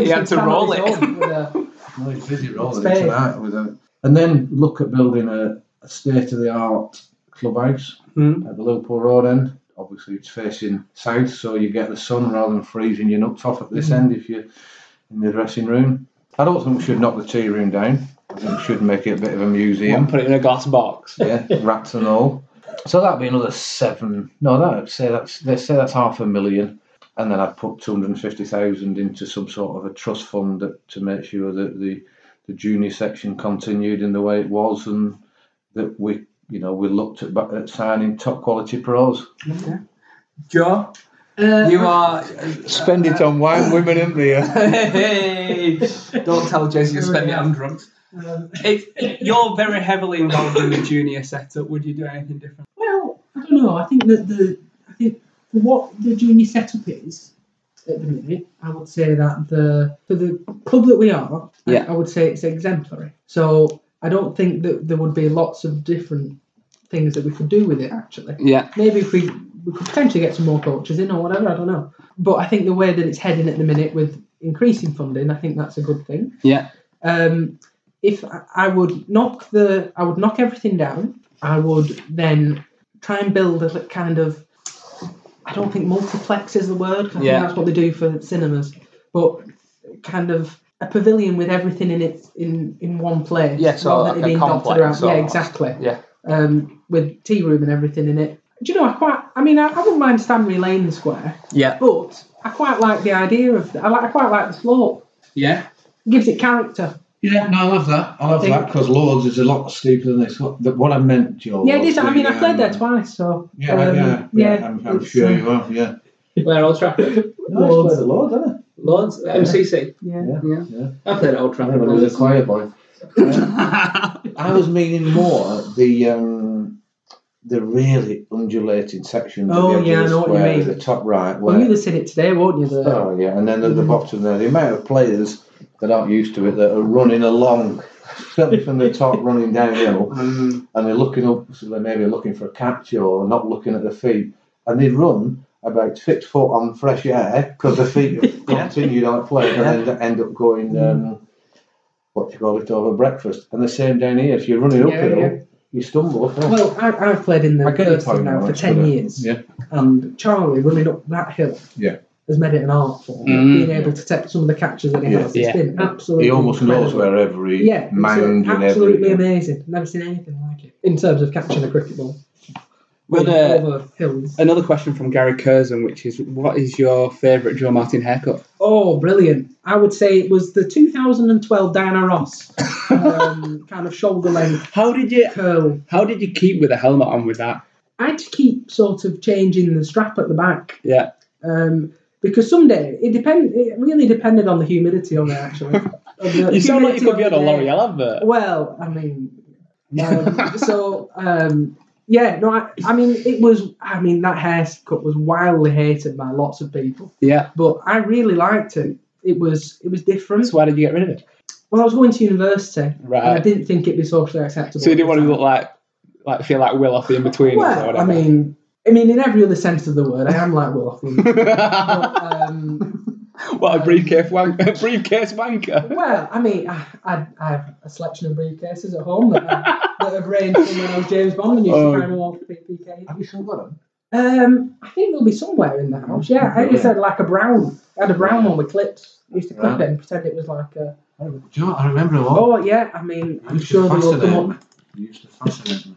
Speaker 3: No, he's busy rolling
Speaker 2: Space.
Speaker 3: tonight with a, and then look at building a, a state of the art clubhouse
Speaker 1: Hmm.
Speaker 3: at the Liverpool Road end. Obviously, it's facing south, so you get the sun rather than freezing your nuts off at this end if you're in the dressing room. I don't think we should knock the tea room down. I think we should make it a bit of a
Speaker 1: and
Speaker 3: museum,
Speaker 1: put it in a glass box.
Speaker 3: yeah, rats and all. So that'd be another seven. No, that say that's they say that's half a million, and then I'd put two hundred and fifty thousand into some sort of a trust fund that, to make sure that the the junior section continued in the way it was, and that we you know we looked at, ba- at signing top quality pros.
Speaker 1: Joe,
Speaker 2: Uh,
Speaker 1: are.
Speaker 3: Spend it on wine, women, and beer.
Speaker 1: Hey, don't tell Jez you're spending it on drugs.
Speaker 2: um,
Speaker 1: If if you're very heavily involved in the junior setup. Would you do anything different?
Speaker 2: Well, I don't know. I think that the I think for what the junior setup is at the minute, I would say that the for the club that we are, I-
Speaker 1: Yeah.
Speaker 2: I, would say it's exemplary. So I don't think that there would be lots of different things that we could do with it actually.
Speaker 1: Yeah,
Speaker 2: Maybe if we we could potentially get some more coaches in or whatever, I don't know. But I think the way that it's heading at the minute with increasing funding, I think that's a good thing
Speaker 1: yeah,
Speaker 2: um, if I- I would knock the I would knock everything down. I would then try and build a li- kind of I don't think multiplex is the word. 'cause I
Speaker 1: Yeah.
Speaker 2: think that's what they do for cinemas, but kind of a pavilion with everything in it in in one place.
Speaker 1: Yeah, so
Speaker 2: rather than
Speaker 1: like
Speaker 2: it
Speaker 1: a
Speaker 2: being dotted
Speaker 1: complex
Speaker 2: around. Yeah,
Speaker 1: almost.
Speaker 2: exactly.
Speaker 1: yeah.
Speaker 2: Um, with tea room and everything in it. Do you know? I quite. I mean, I, I wouldn't mind Stanley Lane Square,
Speaker 1: Yeah.
Speaker 2: but I quite like the idea of. I like. I quite like the slope.
Speaker 1: Yeah.
Speaker 2: gives it character.
Speaker 3: Yeah, no, I love that. I love
Speaker 2: Think-
Speaker 3: that because Lords is a lot steeper than this. What, that- what I meant, Joe.
Speaker 2: Yeah, it
Speaker 3: was
Speaker 2: is. I mean, I
Speaker 3: the,
Speaker 2: played there
Speaker 3: um,
Speaker 2: twice, so
Speaker 3: Yeah,
Speaker 2: um,
Speaker 3: yeah, yeah, I'm, I'm
Speaker 2: it's,
Speaker 3: sure
Speaker 2: um,
Speaker 3: you have, yeah.
Speaker 1: Where Old Trafford?
Speaker 2: Lords.
Speaker 3: Lord, didn't
Speaker 1: Lords? MCC?
Speaker 2: Yeah.
Speaker 3: Yeah.
Speaker 1: Yeah.
Speaker 3: Yeah.
Speaker 1: I played at Old
Speaker 3: I
Speaker 1: Trafford.
Speaker 3: remember was a choir boy. I was meaning more the um, the really undulating section. at the
Speaker 2: Oh,
Speaker 3: edge of
Speaker 2: yeah,
Speaker 3: the
Speaker 2: I know what you
Speaker 3: square,
Speaker 2: mean.
Speaker 3: The top right.
Speaker 2: Well,
Speaker 3: Where,
Speaker 2: you'd have seen it today, won't you? The, Mm-hmm.
Speaker 3: oh, yeah, and then at the bottom there, the amount of players that aren't used to it that are running along, certainly from the top, running downhill.
Speaker 1: Mm.
Speaker 3: and they're looking up, so they may be looking for a capture or not looking at their feet, and they run about six foot on fresh air because their feet have
Speaker 1: Yeah.
Speaker 3: continued on playing and then end up going,
Speaker 2: Mm.
Speaker 3: um, what do you call it, over breakfast. And the same down here, if you're running
Speaker 2: Yeah,
Speaker 3: uphill,
Speaker 2: yeah.
Speaker 3: you stumble.
Speaker 2: Well, I, I've played in the
Speaker 3: I get your
Speaker 2: first team
Speaker 3: point
Speaker 2: now
Speaker 3: now,
Speaker 2: for
Speaker 3: it's
Speaker 2: ten
Speaker 3: good.
Speaker 2: years,
Speaker 3: yeah.
Speaker 2: and Charlie running up that hill.
Speaker 3: Yeah.
Speaker 2: has made it an art form.
Speaker 1: Mm.
Speaker 2: Being able to take some of the catches that he
Speaker 3: Yeah.
Speaker 2: has.
Speaker 1: Yeah.
Speaker 2: It's been absolutely.
Speaker 3: He almost knows
Speaker 2: incredible.
Speaker 3: where every
Speaker 2: Yeah, it's
Speaker 3: mound and
Speaker 2: absolutely
Speaker 3: every.
Speaker 2: amazing. Never seen anything like it in terms of catching a cricket ball
Speaker 1: Well,
Speaker 2: Yeah,
Speaker 1: uh,
Speaker 2: over hills.
Speaker 1: another question from Gary Curzon, which is, what is your favourite Joe Martin haircut?
Speaker 2: Oh, brilliant! I would say it was the 2012 Diana Ross um, kind of shoulder length
Speaker 1: How did you
Speaker 2: curl.
Speaker 1: How did you keep with the helmet on with that?
Speaker 2: I had to keep sort of changing the strap at the back
Speaker 1: Yeah.
Speaker 2: um, because someday it depend. It really depended on the humidity on it actually. Of the
Speaker 1: You sound like you
Speaker 2: humidity
Speaker 1: could be
Speaker 2: of
Speaker 1: on a
Speaker 2: the day.
Speaker 1: L'Oreal advert.
Speaker 2: Well, I mean, um, so um, yeah, no, I, I mean it was. I mean that haircut was wildly hated by lots of people,
Speaker 1: Yeah.
Speaker 2: but I really liked it. It was it was different.
Speaker 1: So why did you get rid of it?
Speaker 2: Well, I was going to university, and I
Speaker 1: Right.
Speaker 2: didn't think it'd be socially acceptable.
Speaker 1: So you didn't
Speaker 2: at
Speaker 1: want
Speaker 2: the
Speaker 1: to
Speaker 2: time.
Speaker 1: look like, like feel like Will off the in between or
Speaker 2: Well,
Speaker 1: whatever.
Speaker 2: I mean, I mean, in every other sense of the word, I am like Will Ockman.
Speaker 1: what
Speaker 2: But, um,
Speaker 1: a briefcase wanker! Briefcase wanker.
Speaker 2: well, I mean, I, I, I have a selection of briefcases at home that, I, that have ranged from when I was James Bond and used
Speaker 1: Oh.
Speaker 2: to find all the PPK.
Speaker 3: Have you still got them?
Speaker 2: Um, I think they'll be somewhere in the house. Yeah, I just had like a brown. I had a brown one with clips. I used to clip it and pretend it was like a.
Speaker 3: Do you know what? I remember a lot.
Speaker 2: Oh yeah, I mean, I'm
Speaker 3: Used to
Speaker 2: sure they'll
Speaker 3: fascinate
Speaker 2: come
Speaker 3: me.
Speaker 2: up.
Speaker 3: Used to fascinate me.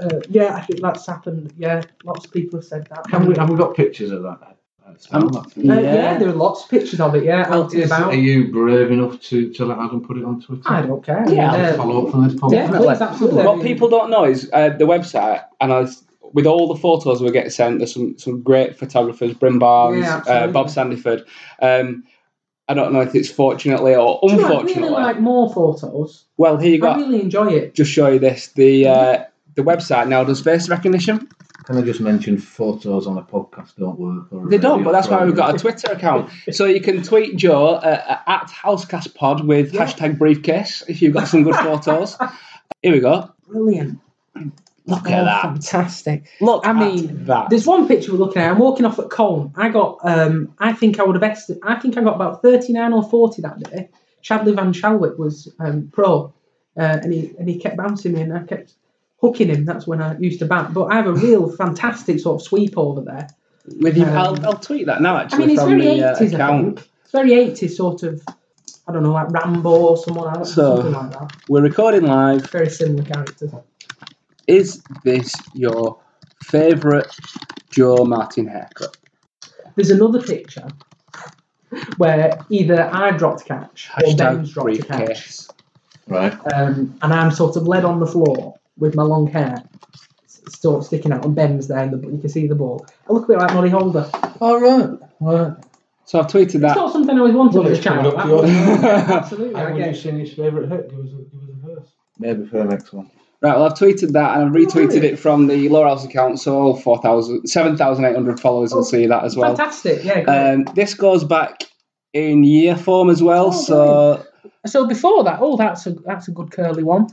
Speaker 2: Uh, yeah, I think that's happened. Yeah, lots of people have said that.
Speaker 3: Have we, have we got pictures of that? That's
Speaker 1: Um,
Speaker 3: not-
Speaker 2: Uh, yeah. there are lots of pictures of it. Yeah, out and
Speaker 3: Is- Are
Speaker 2: about.
Speaker 3: you brave enough to, to let Adam put it on Twitter?
Speaker 2: I don't care.
Speaker 1: Yeah.
Speaker 2: Uh,
Speaker 3: follow up from this podcast.
Speaker 2: yeah, please, absolutely.
Speaker 1: What people don't know is uh, the website, and I was, with all the photos we get sent, there's some, some great photographers, Brim Barnes,
Speaker 2: Yeah,
Speaker 1: uh,
Speaker 2: absolutely.
Speaker 1: Bob Sandiford. Um, I don't know if it's fortunately or
Speaker 2: Do you know, I
Speaker 1: unfortunately.
Speaker 2: really like more photos.
Speaker 1: well, here you go.
Speaker 2: I really enjoy it.
Speaker 1: Just show you this. The uh, the website now does face recognition.
Speaker 3: Can I just mention photos on a podcast don't work? Or a
Speaker 1: They don't,
Speaker 3: radio
Speaker 1: but that's why we've got a
Speaker 3: program?
Speaker 1: Twitter account. So you can tweet Joe uh, at HousecastPod with
Speaker 2: Yeah.
Speaker 1: hashtag briefcase if you've got some good photos. Here we go.
Speaker 2: Brilliant.
Speaker 1: Look
Speaker 2: Oh,
Speaker 1: at that.
Speaker 2: Fantastic.
Speaker 1: Look,
Speaker 2: I
Speaker 1: at
Speaker 2: mean,
Speaker 1: that.
Speaker 2: There's one picture we're looking at. I'm walking off at Colne. I got, um, I think I would have bested, I think I got about 39 or 40 that day. Chadley Van Chalwick was um, pro, uh, and he and he kept bouncing me, and I kept hooking him. That's when I used to bat. But I have a real fantastic sort of sweep over there.
Speaker 1: With you,
Speaker 2: Um,
Speaker 1: I'll, I'll tweet that now. Actually,
Speaker 2: I mean, it's
Speaker 1: from
Speaker 2: very
Speaker 1: the uh,
Speaker 2: 80s, I
Speaker 1: account.
Speaker 2: think. It's very 80s, sort of. I don't know, like Rambo or someone like that,
Speaker 1: So-
Speaker 2: something like that.
Speaker 1: We're recording live.
Speaker 2: Very similar characters.
Speaker 1: Is this your favourite Joe Martin haircut?
Speaker 2: There's another picture where either I dropped a catch or Ben's
Speaker 1: Hashtag
Speaker 2: dropped a catch.
Speaker 1: briefcase.
Speaker 3: Right.
Speaker 2: um, and I'm sort of led on the floor with my long hair s- still sticking out, and Ben's there, and the, you can see the ball. I look a bit like Molly Holder.
Speaker 3: All right. Right.
Speaker 1: So I've tweeted
Speaker 2: It's
Speaker 1: that.
Speaker 2: not something I always wanted
Speaker 3: Well,
Speaker 2: as a
Speaker 3: it's
Speaker 2: child.
Speaker 3: Uh, coming up
Speaker 2: that
Speaker 3: to
Speaker 2: was-
Speaker 3: yours.
Speaker 2: Absolutely, I
Speaker 3: Anyone
Speaker 2: get
Speaker 3: who's
Speaker 2: it.
Speaker 3: seen his favourite hit, give us a, give us a verse. Maybe for the next one.
Speaker 1: Right, well, I've tweeted that and I've retweeted
Speaker 2: really?
Speaker 1: it from the Laura House account, so all 4,000 7,800 followers will
Speaker 2: Oh,
Speaker 1: see that as well.
Speaker 2: Fantastic, yeah. great.
Speaker 1: Um, this goes back in year form as well,
Speaker 2: Oh,
Speaker 1: so.
Speaker 2: so before that, oh, that's a that's a good curly one.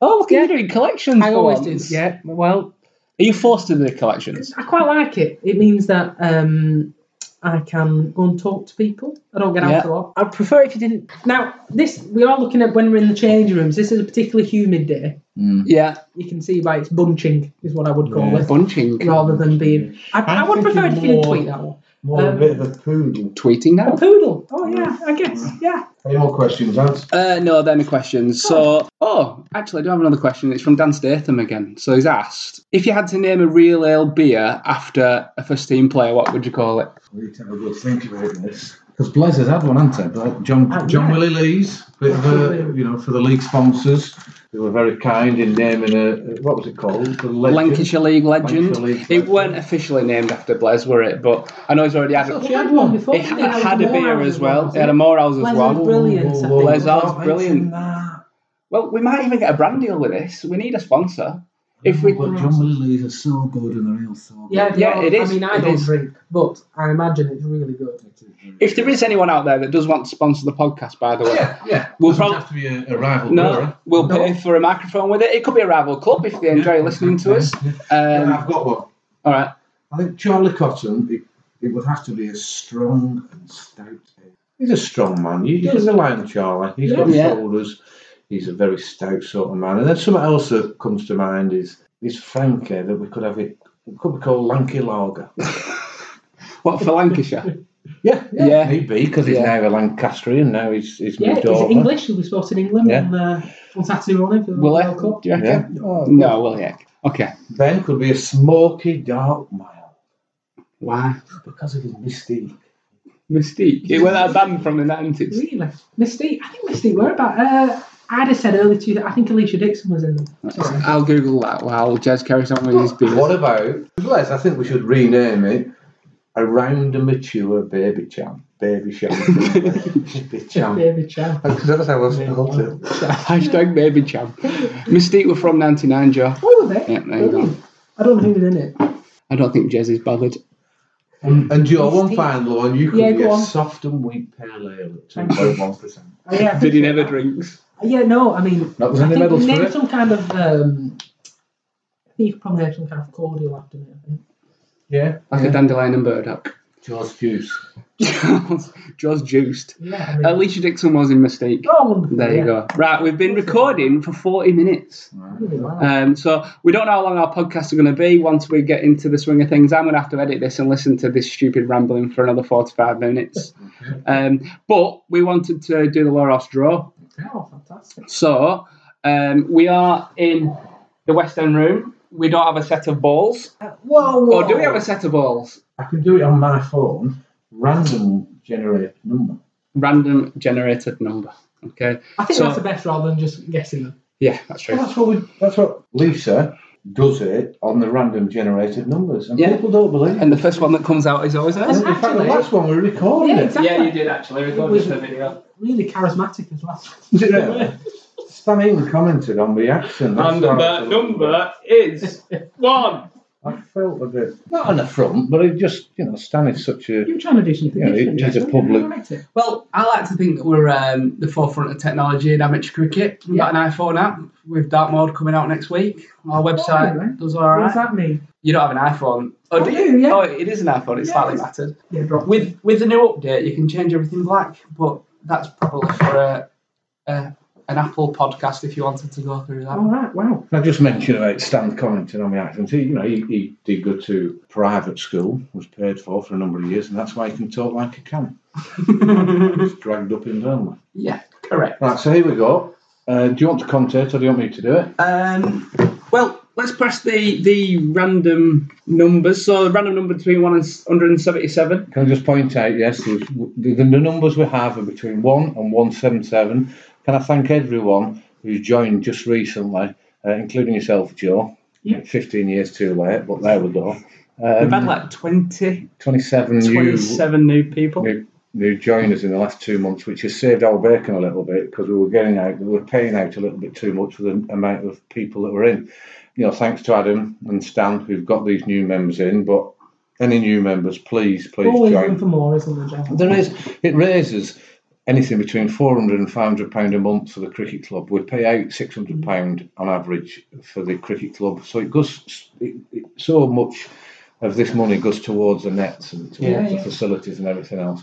Speaker 1: Oh, look,
Speaker 2: Yeah.
Speaker 1: you're doing collections.
Speaker 2: I
Speaker 1: for
Speaker 2: always do.
Speaker 1: once.
Speaker 2: Yeah, well,
Speaker 1: Are you forced to do collections?
Speaker 2: I quite like it. It means that um, I can go and talk to people. I don't get out
Speaker 1: Yeah.
Speaker 2: a lot. I'd prefer if you didn't. Now, this we are looking at when we're in the change rooms. This is a particularly humid day.
Speaker 1: Yeah.
Speaker 2: you can see by its bunching is what I would call
Speaker 3: Yeah.
Speaker 2: it,
Speaker 1: Bunching.
Speaker 2: rather than being. I, I,
Speaker 3: I
Speaker 2: would
Speaker 3: think
Speaker 2: prefer
Speaker 3: it's
Speaker 2: if you didn't
Speaker 3: more-
Speaker 2: tweet that one.
Speaker 3: More
Speaker 2: Um,
Speaker 3: a bit of a poodle.
Speaker 1: Tweeting
Speaker 2: A
Speaker 1: now.
Speaker 2: poodle. Oh yeah, I guess.
Speaker 3: Mm.
Speaker 2: Yeah.
Speaker 3: Any more questions, Hans?
Speaker 1: Uh, no, there are no questions. So, oh, actually, I do have another question. It's from Dan Statham again. So he's asked if you had to name a real ale beer after a first team player, what would you call it?
Speaker 3: We need to have a good think about this. Because Blaise has had one, hasn't he? Like John,
Speaker 2: Uh,
Speaker 3: John
Speaker 2: yeah.
Speaker 3: Willie Lees, bit of a,
Speaker 2: Absolutely.
Speaker 3: you know, for the league sponsors. They were very kind in naming a, what was it called? The Legend-
Speaker 1: Lancashire League legend.
Speaker 3: Lancashire League
Speaker 1: it
Speaker 3: legend.
Speaker 1: weren't officially named after Blaise, were it? But I know he's already had
Speaker 2: We
Speaker 1: it.
Speaker 2: had one before.
Speaker 1: It
Speaker 2: didn't we?
Speaker 1: had,
Speaker 2: That
Speaker 1: had
Speaker 2: was
Speaker 1: a beer
Speaker 2: Morehouse
Speaker 1: as well.
Speaker 2: wasn't
Speaker 1: It had a
Speaker 2: it?
Speaker 1: Morehouse as
Speaker 2: Leslie
Speaker 1: well.
Speaker 2: Brilliant, I think.
Speaker 1: Blaise Art's
Speaker 3: Don't
Speaker 1: brilliant.
Speaker 3: mention that.
Speaker 1: Well, we might even get a brand deal with this. We need a sponsor. If we,
Speaker 3: But John Willie Lees are so good and they're all so good.
Speaker 2: Yeah, they
Speaker 1: Yeah,
Speaker 2: are.
Speaker 1: it is.
Speaker 2: I mean, I
Speaker 1: It
Speaker 2: don't
Speaker 1: is.
Speaker 2: drink, but I imagine it's really good.
Speaker 1: if there is anyone out there that does want to sponsor the podcast, by the way,
Speaker 3: Yeah, yeah.
Speaker 1: We'll
Speaker 3: Doesn't
Speaker 1: prob-
Speaker 3: have to be a, a rival.
Speaker 1: no,
Speaker 3: brother.
Speaker 1: we'll
Speaker 2: No.
Speaker 1: pay for a microphone with it. It could be a rival club if they enjoy listening to us.
Speaker 3: Yeah. Yeah,
Speaker 1: Um,
Speaker 3: I've got one.
Speaker 1: all right.
Speaker 3: I think Charlie Cotton, it, it would have to be a strong and stout. ale. He's a strong man. You, you can rely on Charlie. He's got
Speaker 1: Yeah.
Speaker 3: shoulders. He's a very stout sort of man. And then something else that comes to mind is is Frankie that we could have it. It could be called Lanky Lager.
Speaker 1: What for Lancashire?
Speaker 3: Yeah, yeah,
Speaker 1: Yeah.
Speaker 3: maybe because he's
Speaker 1: Yeah.
Speaker 3: now a Lancastrian. Now he's he's
Speaker 2: Yeah,
Speaker 3: moved
Speaker 2: he's
Speaker 3: over.
Speaker 2: English. He'll be sporting England
Speaker 3: Yeah.
Speaker 2: on, uh, on Saturday morning for the
Speaker 1: Will
Speaker 2: World
Speaker 1: it?
Speaker 2: Cup.
Speaker 1: Do you reckon?
Speaker 3: Yeah. Oh,
Speaker 1: No, Will it? Okay.
Speaker 3: Ben could be a smoky dark mile
Speaker 1: Why?
Speaker 3: because of his mystique.
Speaker 1: Mystique. It was that band from the nineties.
Speaker 2: Really? Mystique? I think Mystique were about. Uh, I'd have said early two. I think Alicia Dixon was in them. Sorry.
Speaker 1: I'll Google that while Jez carries on with his
Speaker 3: What
Speaker 1: beard.
Speaker 3: about Les? I think we should rename it around a mature baby champ. Baby champ. baby champ.
Speaker 2: David Chow.
Speaker 3: Because that's how I spelled it.
Speaker 1: Hashtag baby champ. Mystique were from ninety nine, Joe.
Speaker 2: What were they?
Speaker 1: Yeah, there you go.
Speaker 2: Really? I don't know who was in it. Uh,
Speaker 1: I don't think Jez is bothered.
Speaker 3: Um, And Joe, one final one. You could
Speaker 2: Yeah,
Speaker 3: be
Speaker 2: go
Speaker 3: a
Speaker 2: on.
Speaker 3: soft and weak pale ale at 2.1%.
Speaker 2: Oh, yeah, I
Speaker 1: Did
Speaker 2: think-
Speaker 1: he never drinks?
Speaker 2: Yeah, no, I mean,
Speaker 3: That was
Speaker 2: I
Speaker 3: in the
Speaker 2: think
Speaker 3: medals
Speaker 2: you
Speaker 3: for
Speaker 2: named
Speaker 3: it.
Speaker 2: some kind of. Um, I think you could probably have some kind of cordial after me. I think.
Speaker 3: Yeah.
Speaker 1: Like a dandelion and burdock.
Speaker 3: Joe's juice.
Speaker 1: Joe's Joe's juiced.
Speaker 2: Yeah, I mean,
Speaker 1: Alicia Dixon was in Mystique.
Speaker 2: oh, wonderful,
Speaker 1: There
Speaker 2: yeah.
Speaker 1: you go. Right, we've been recording for 40 minutes.
Speaker 2: Really well.
Speaker 1: Um, so we don't know how long our podcasts are going to be. Once we get into the swing of things, I'm going to have to edit this and listen to this stupid rambling for another 45 minutes. Um, but we wanted to do the Loros draw.
Speaker 2: Oh, fantastic.
Speaker 1: So um, we are in the West End room. We don't have a set of balls.
Speaker 2: Uh,
Speaker 3: Whoa,
Speaker 1: Or
Speaker 3: whoa.
Speaker 1: do we have a set of balls?
Speaker 3: I can do it on my phone. Random generate number.
Speaker 1: Random generated number. Okay.
Speaker 2: I think
Speaker 1: So-
Speaker 2: that's the best rather than just guessing them.
Speaker 1: Yeah, that's true.
Speaker 3: That's what we. That's what Lisa does it on the random generated numbers, and
Speaker 1: Yeah.
Speaker 3: people don't believe. it.
Speaker 1: And the first one that comes out is always
Speaker 3: In
Speaker 1: ours.
Speaker 3: fact, the
Speaker 2: actually-
Speaker 3: last one we recorded.
Speaker 2: Oh, Yeah,
Speaker 3: it.
Speaker 2: exactly.
Speaker 1: did actually. We
Speaker 2: It was really charismatic as well.
Speaker 3: Is it really? Stan Ian commented on the accent. that's why I felt-
Speaker 1: is one.
Speaker 3: I felt a bit not an affront, but it just you know Stan is such a
Speaker 2: You're trying to do something
Speaker 3: Yeah, it-
Speaker 2: different.
Speaker 3: it's a
Speaker 2: Jason.
Speaker 3: public-
Speaker 2: I liked it.
Speaker 1: Well, I like to think that we're um, the forefront of technology in amateur cricket. We've got an iPhone app with dark mode coming out next week. Our website
Speaker 2: really?
Speaker 1: does all
Speaker 2: What does
Speaker 1: right.
Speaker 2: that mean?
Speaker 1: You don't have an iPhone. Oh,
Speaker 2: I do, yeah.
Speaker 1: Oh, it is an iPhone. It's
Speaker 2: Yeah,
Speaker 1: slightly
Speaker 2: it's-
Speaker 1: battered.
Speaker 2: Yeah, drop.
Speaker 1: With with the new update, you can change everything black, but that's probably for a, a, an Apple podcast if you wanted to go through that.
Speaker 2: All right, wow.
Speaker 3: Can I just mention about Stan commenting on the accent? He, you know, he, he did go to private school, was paid for for a number of years, and that's why he can talk like a can. He's dragged up in Burnley.
Speaker 1: Yeah, correct.
Speaker 3: Right, so here we go. Uh, do you want to commentate or do you want me to do it?
Speaker 1: Um, well, let's press the the random numbers. So the random number between one and hundred and seventy-seven.
Speaker 3: Can I just point out, yes, there's- the, the numbers we have are between 1 and 177. Can I thank everyone who's joined just recently, uh, including yourself, Joe?
Speaker 2: Yeah.
Speaker 3: 15 years too late, but there we go.
Speaker 1: We've had
Speaker 3: Um,
Speaker 1: like 20,
Speaker 3: 27 new
Speaker 1: 27 new people.
Speaker 3: who, who joined us in the last two months, which has saved our bacon a little bit because we were getting out, we were paying out a little bit too much for the amount of people that were in. You know, thanks to Adam and Stan who've got these new members in, but any new members, please, please
Speaker 2: Always room
Speaker 3: join.
Speaker 2: for more, isn't there, Jason?
Speaker 3: There is, it raises anything between 400 and 500 pound a month for the cricket club. We pay out 600
Speaker 2: Mm.
Speaker 3: pound on average for the cricket club, so it goes it, it, so much of this money goes towards the nets and towards
Speaker 2: Yeah,
Speaker 3: the
Speaker 2: yeah.
Speaker 3: facilities and everything else.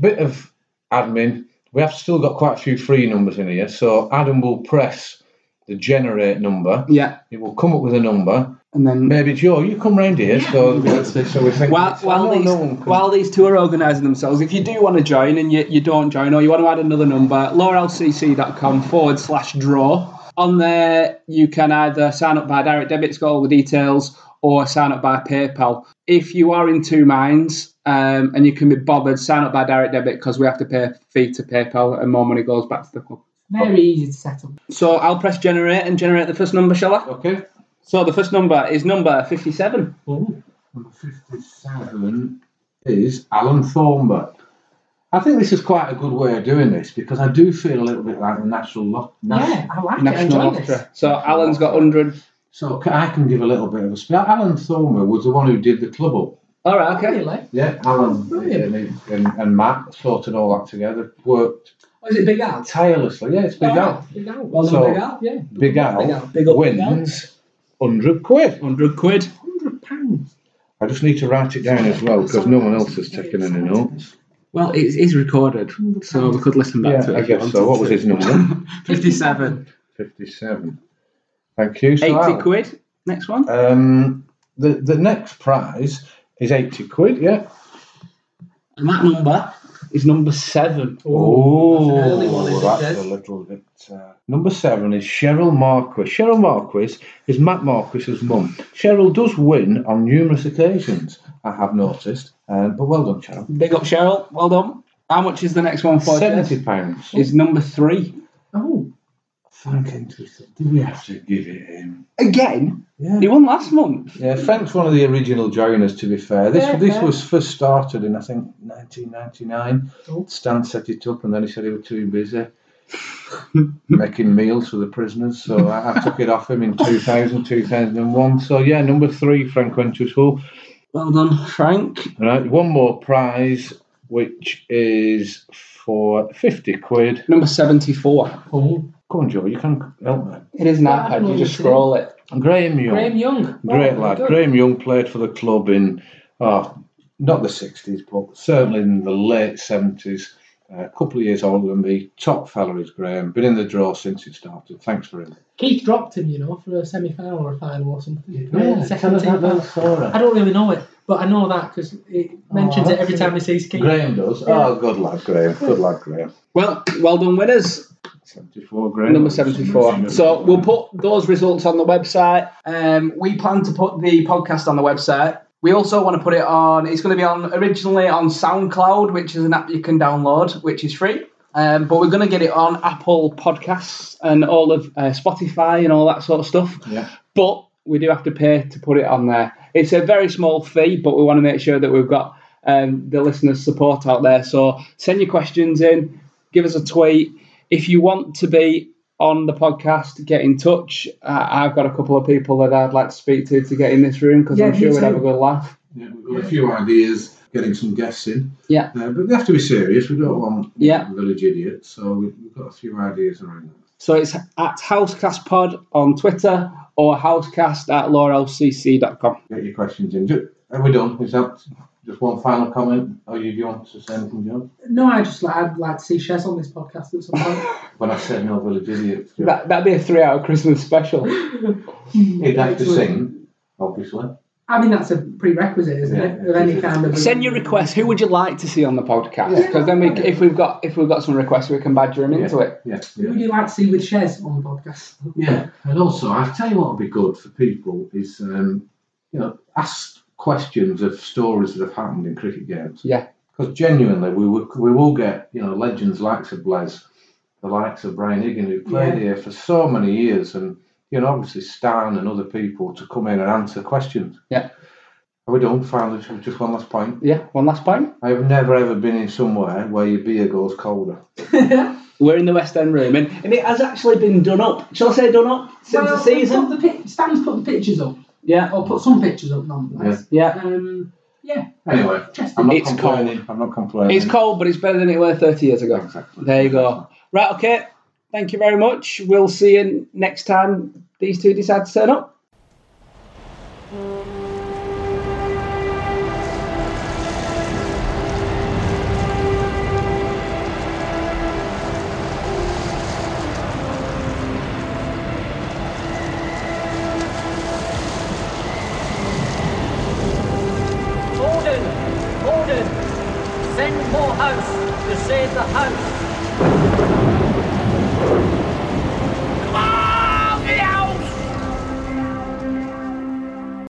Speaker 3: Bit of admin. We have still got quite a few free numbers in here, so Adam will press the generate number.
Speaker 1: Yeah,
Speaker 3: It will come up with a number.
Speaker 1: and then
Speaker 3: Maybe Joe, you come round here, so so we think.
Speaker 1: while, while
Speaker 3: No,
Speaker 1: these
Speaker 3: no one can-
Speaker 1: while these two are organising themselves, if you do want to join and you, you don't join or you want to add another number, laurelcc.com forward slash draw. On there, you can either sign up by direct debit, it's got all the details, or sign up by PayPal. If you are in two minds um, and you can be bothered, sign up by direct debit because we have to pay a fee to PayPal and more money goes back to the club.
Speaker 2: Very easy to set up.
Speaker 1: So I'll press generate and generate the first number, shall I?
Speaker 3: okay.
Speaker 1: So the first number is number 57.
Speaker 3: Number 57 is Alan Thornburg. I think this is quite a good way of doing this because I do feel a little bit like the national lot.
Speaker 2: Yeah, I like it. I
Speaker 1: National
Speaker 2: enjoy this.
Speaker 1: Opera. So Alan's got 100.
Speaker 3: So ca- I can give a little bit of a spell. Alan Thornburg was the one who did the club up.
Speaker 1: All right, okay.
Speaker 2: Really?
Speaker 3: Yeah, Alan
Speaker 2: brilliant.
Speaker 3: and, and, and Matt sorted all that together, worked
Speaker 1: Was it Big Al?
Speaker 3: tirelessly. Yeah, it's
Speaker 2: Oh,
Speaker 3: Big Al.
Speaker 2: Big Al.
Speaker 1: Well done,
Speaker 3: So-
Speaker 1: Big Al, yeah.
Speaker 3: Big Al,
Speaker 1: Big Al. Big up Big Al.
Speaker 3: wins 100 quid.
Speaker 1: 100 quid.
Speaker 2: 100 pounds.
Speaker 3: I just need to write it down as well because no one else has taken any notes.
Speaker 1: Well, it is recorded, so we could listen back
Speaker 3: Yeah,
Speaker 1: to it.
Speaker 3: I
Speaker 1: if you
Speaker 3: guess so.
Speaker 1: wanted
Speaker 3: What was
Speaker 1: to.
Speaker 3: his number?
Speaker 1: 57.
Speaker 3: 57. Thank you. So
Speaker 1: 80
Speaker 3: Alan,
Speaker 1: quid. Next one.
Speaker 3: Um, the, the next prize is 80 quid, yeah.
Speaker 5: And that number is number seven.
Speaker 3: Oh,
Speaker 2: That's an early one, isn't
Speaker 3: that's
Speaker 2: it?
Speaker 3: a little bit. Uh, number seven is Cheryl Marquis. Cheryl Marquis is Matt Marquis's mum. Cheryl does win on numerous occasions, I have noticed. Um, but well done, Cheryl.
Speaker 5: Big up, Cheryl. Well done. How much is the next one for? Jess?
Speaker 3: Seventy pounds.
Speaker 5: Is number three
Speaker 2: Oh,
Speaker 3: Frank Did we have to give it him?
Speaker 5: again?
Speaker 3: Yeah.
Speaker 5: He won last month.
Speaker 3: Yeah, Frank's one of the original joiners. To be fair, this this was first started in I think 1999. Stan set it up, and then he said he was too busy making meals for the prisoners, so I, I took it off him in 2000, 2001. So yeah, number three, Frank went to school.
Speaker 5: Well done, Frank.
Speaker 3: All right, one more prize, which is for 50 quid.
Speaker 5: Number seventy-four.
Speaker 2: oh.
Speaker 3: Come on, Joe, you can help me.
Speaker 5: It is an iPad. You just scroll it.
Speaker 3: Graham Young.
Speaker 2: Graham Young.
Speaker 3: Great
Speaker 2: Oh,
Speaker 3: lad.
Speaker 2: good.
Speaker 3: Graham Young played for the club in, oh, not the 60s, but certainly in the late 70s. a couple of years older than me. Top fella is Graham. Been in the draw since it started. Thanks for him.
Speaker 2: Keith dropped him, you know, for a semi final or a final or something. Yeah, second team final. I
Speaker 3: Graham
Speaker 2: don't really know it, but I know that because it mentions it every time he sees Keith.
Speaker 3: does. Oh, good lad, Graham. Good lad, Graham.
Speaker 5: Well, well done, winners.
Speaker 3: 74, Graham.
Speaker 5: Number 74. So we'll put those results on the website. Um, we plan to put the podcast on the website. We also want to put it on, it's going to be on originally on SoundCloud, which is an app you can download, which is free. Um, but we're going to get it on Apple Podcasts and all of uh, Spotify and all that sort of stuff.
Speaker 3: Yeah.
Speaker 5: But we do have to pay to put it on there. It's a very small fee, but we want to make sure that we've got um, the listeners' support out there. So send your questions in, give us a tweet. If you want to be on the podcast, get in touch. Uh, I've got a couple of people that I'd like to speak to to get in this room because
Speaker 2: Yeah,
Speaker 5: I'm
Speaker 2: me
Speaker 5: sure we'd
Speaker 2: too.
Speaker 5: have a good laugh.
Speaker 3: Yeah, we've got a few ideas, getting some guests in.
Speaker 5: Yeah.
Speaker 3: Uh, but we have to be serious. We don't want
Speaker 5: Yeah.
Speaker 3: village idiots. So we've, we've got a few ideas around that.
Speaker 5: So it's at housecastpod on Twitter or housecast at laurelcc.com.
Speaker 3: get your questions in. Ju- Are we done? Is that just one final comment? Or you, do you want to say anything, John?
Speaker 2: No, I just like I'd like to see Chess on this podcast at some point.
Speaker 3: When I said no village idiots, Joe,
Speaker 5: That, that'd be a three hour Christmas special.
Speaker 3: he'd have to sing, obviously.
Speaker 2: I mean, that's a prerequisite, isn't
Speaker 3: Yeah,
Speaker 2: it?
Speaker 3: yeah,
Speaker 2: Of any
Speaker 3: it
Speaker 2: kind of.
Speaker 5: Send your requests. Who would you like to see on the podcast?
Speaker 3: Yeah.
Speaker 5: Because then we, if we've got if we've got some requests, we can badger him into it.
Speaker 3: Yeah,
Speaker 2: Who would
Speaker 3: yeah.
Speaker 2: you like to see with Chez on the podcast?
Speaker 3: yeah. And also, I tell you what would be good for people is, um, you know, ask questions of stories that have happened in cricket games.
Speaker 5: Yeah.
Speaker 3: Because genuinely, we will, we will get, you know, legends likes of Blaise, the likes of Brian Higgin, who played
Speaker 2: Yeah.
Speaker 3: here for so many years, and, you know, obviously Stan and other people to come in and answer questions.
Speaker 5: Yeah.
Speaker 3: Are we done? Finally, just one last point.
Speaker 5: Yeah. One last point.
Speaker 3: I have never ever been in somewhere where your beer goes colder.
Speaker 5: We're in the West End room, and, and it has actually been done up. Shall I say done up since
Speaker 2: Well,
Speaker 5: the season?
Speaker 2: Put the, pic- Stan's put the pictures up,
Speaker 5: Yeah.
Speaker 2: or put some pictures up, nonetheless.
Speaker 5: Yeah.
Speaker 2: Um, yeah.
Speaker 3: Anyway,
Speaker 2: Chess
Speaker 3: I'm not
Speaker 5: It's
Speaker 3: complaining. I'm not complaining.
Speaker 5: It's cold, but it's better than it were 30 years ago.
Speaker 3: Exactly.
Speaker 5: There you go. Right. Okay. Thank you very much. We'll see you next time these two decide to turn up.
Speaker 4: Gordon! Gordon! Send Morehouse to save the house!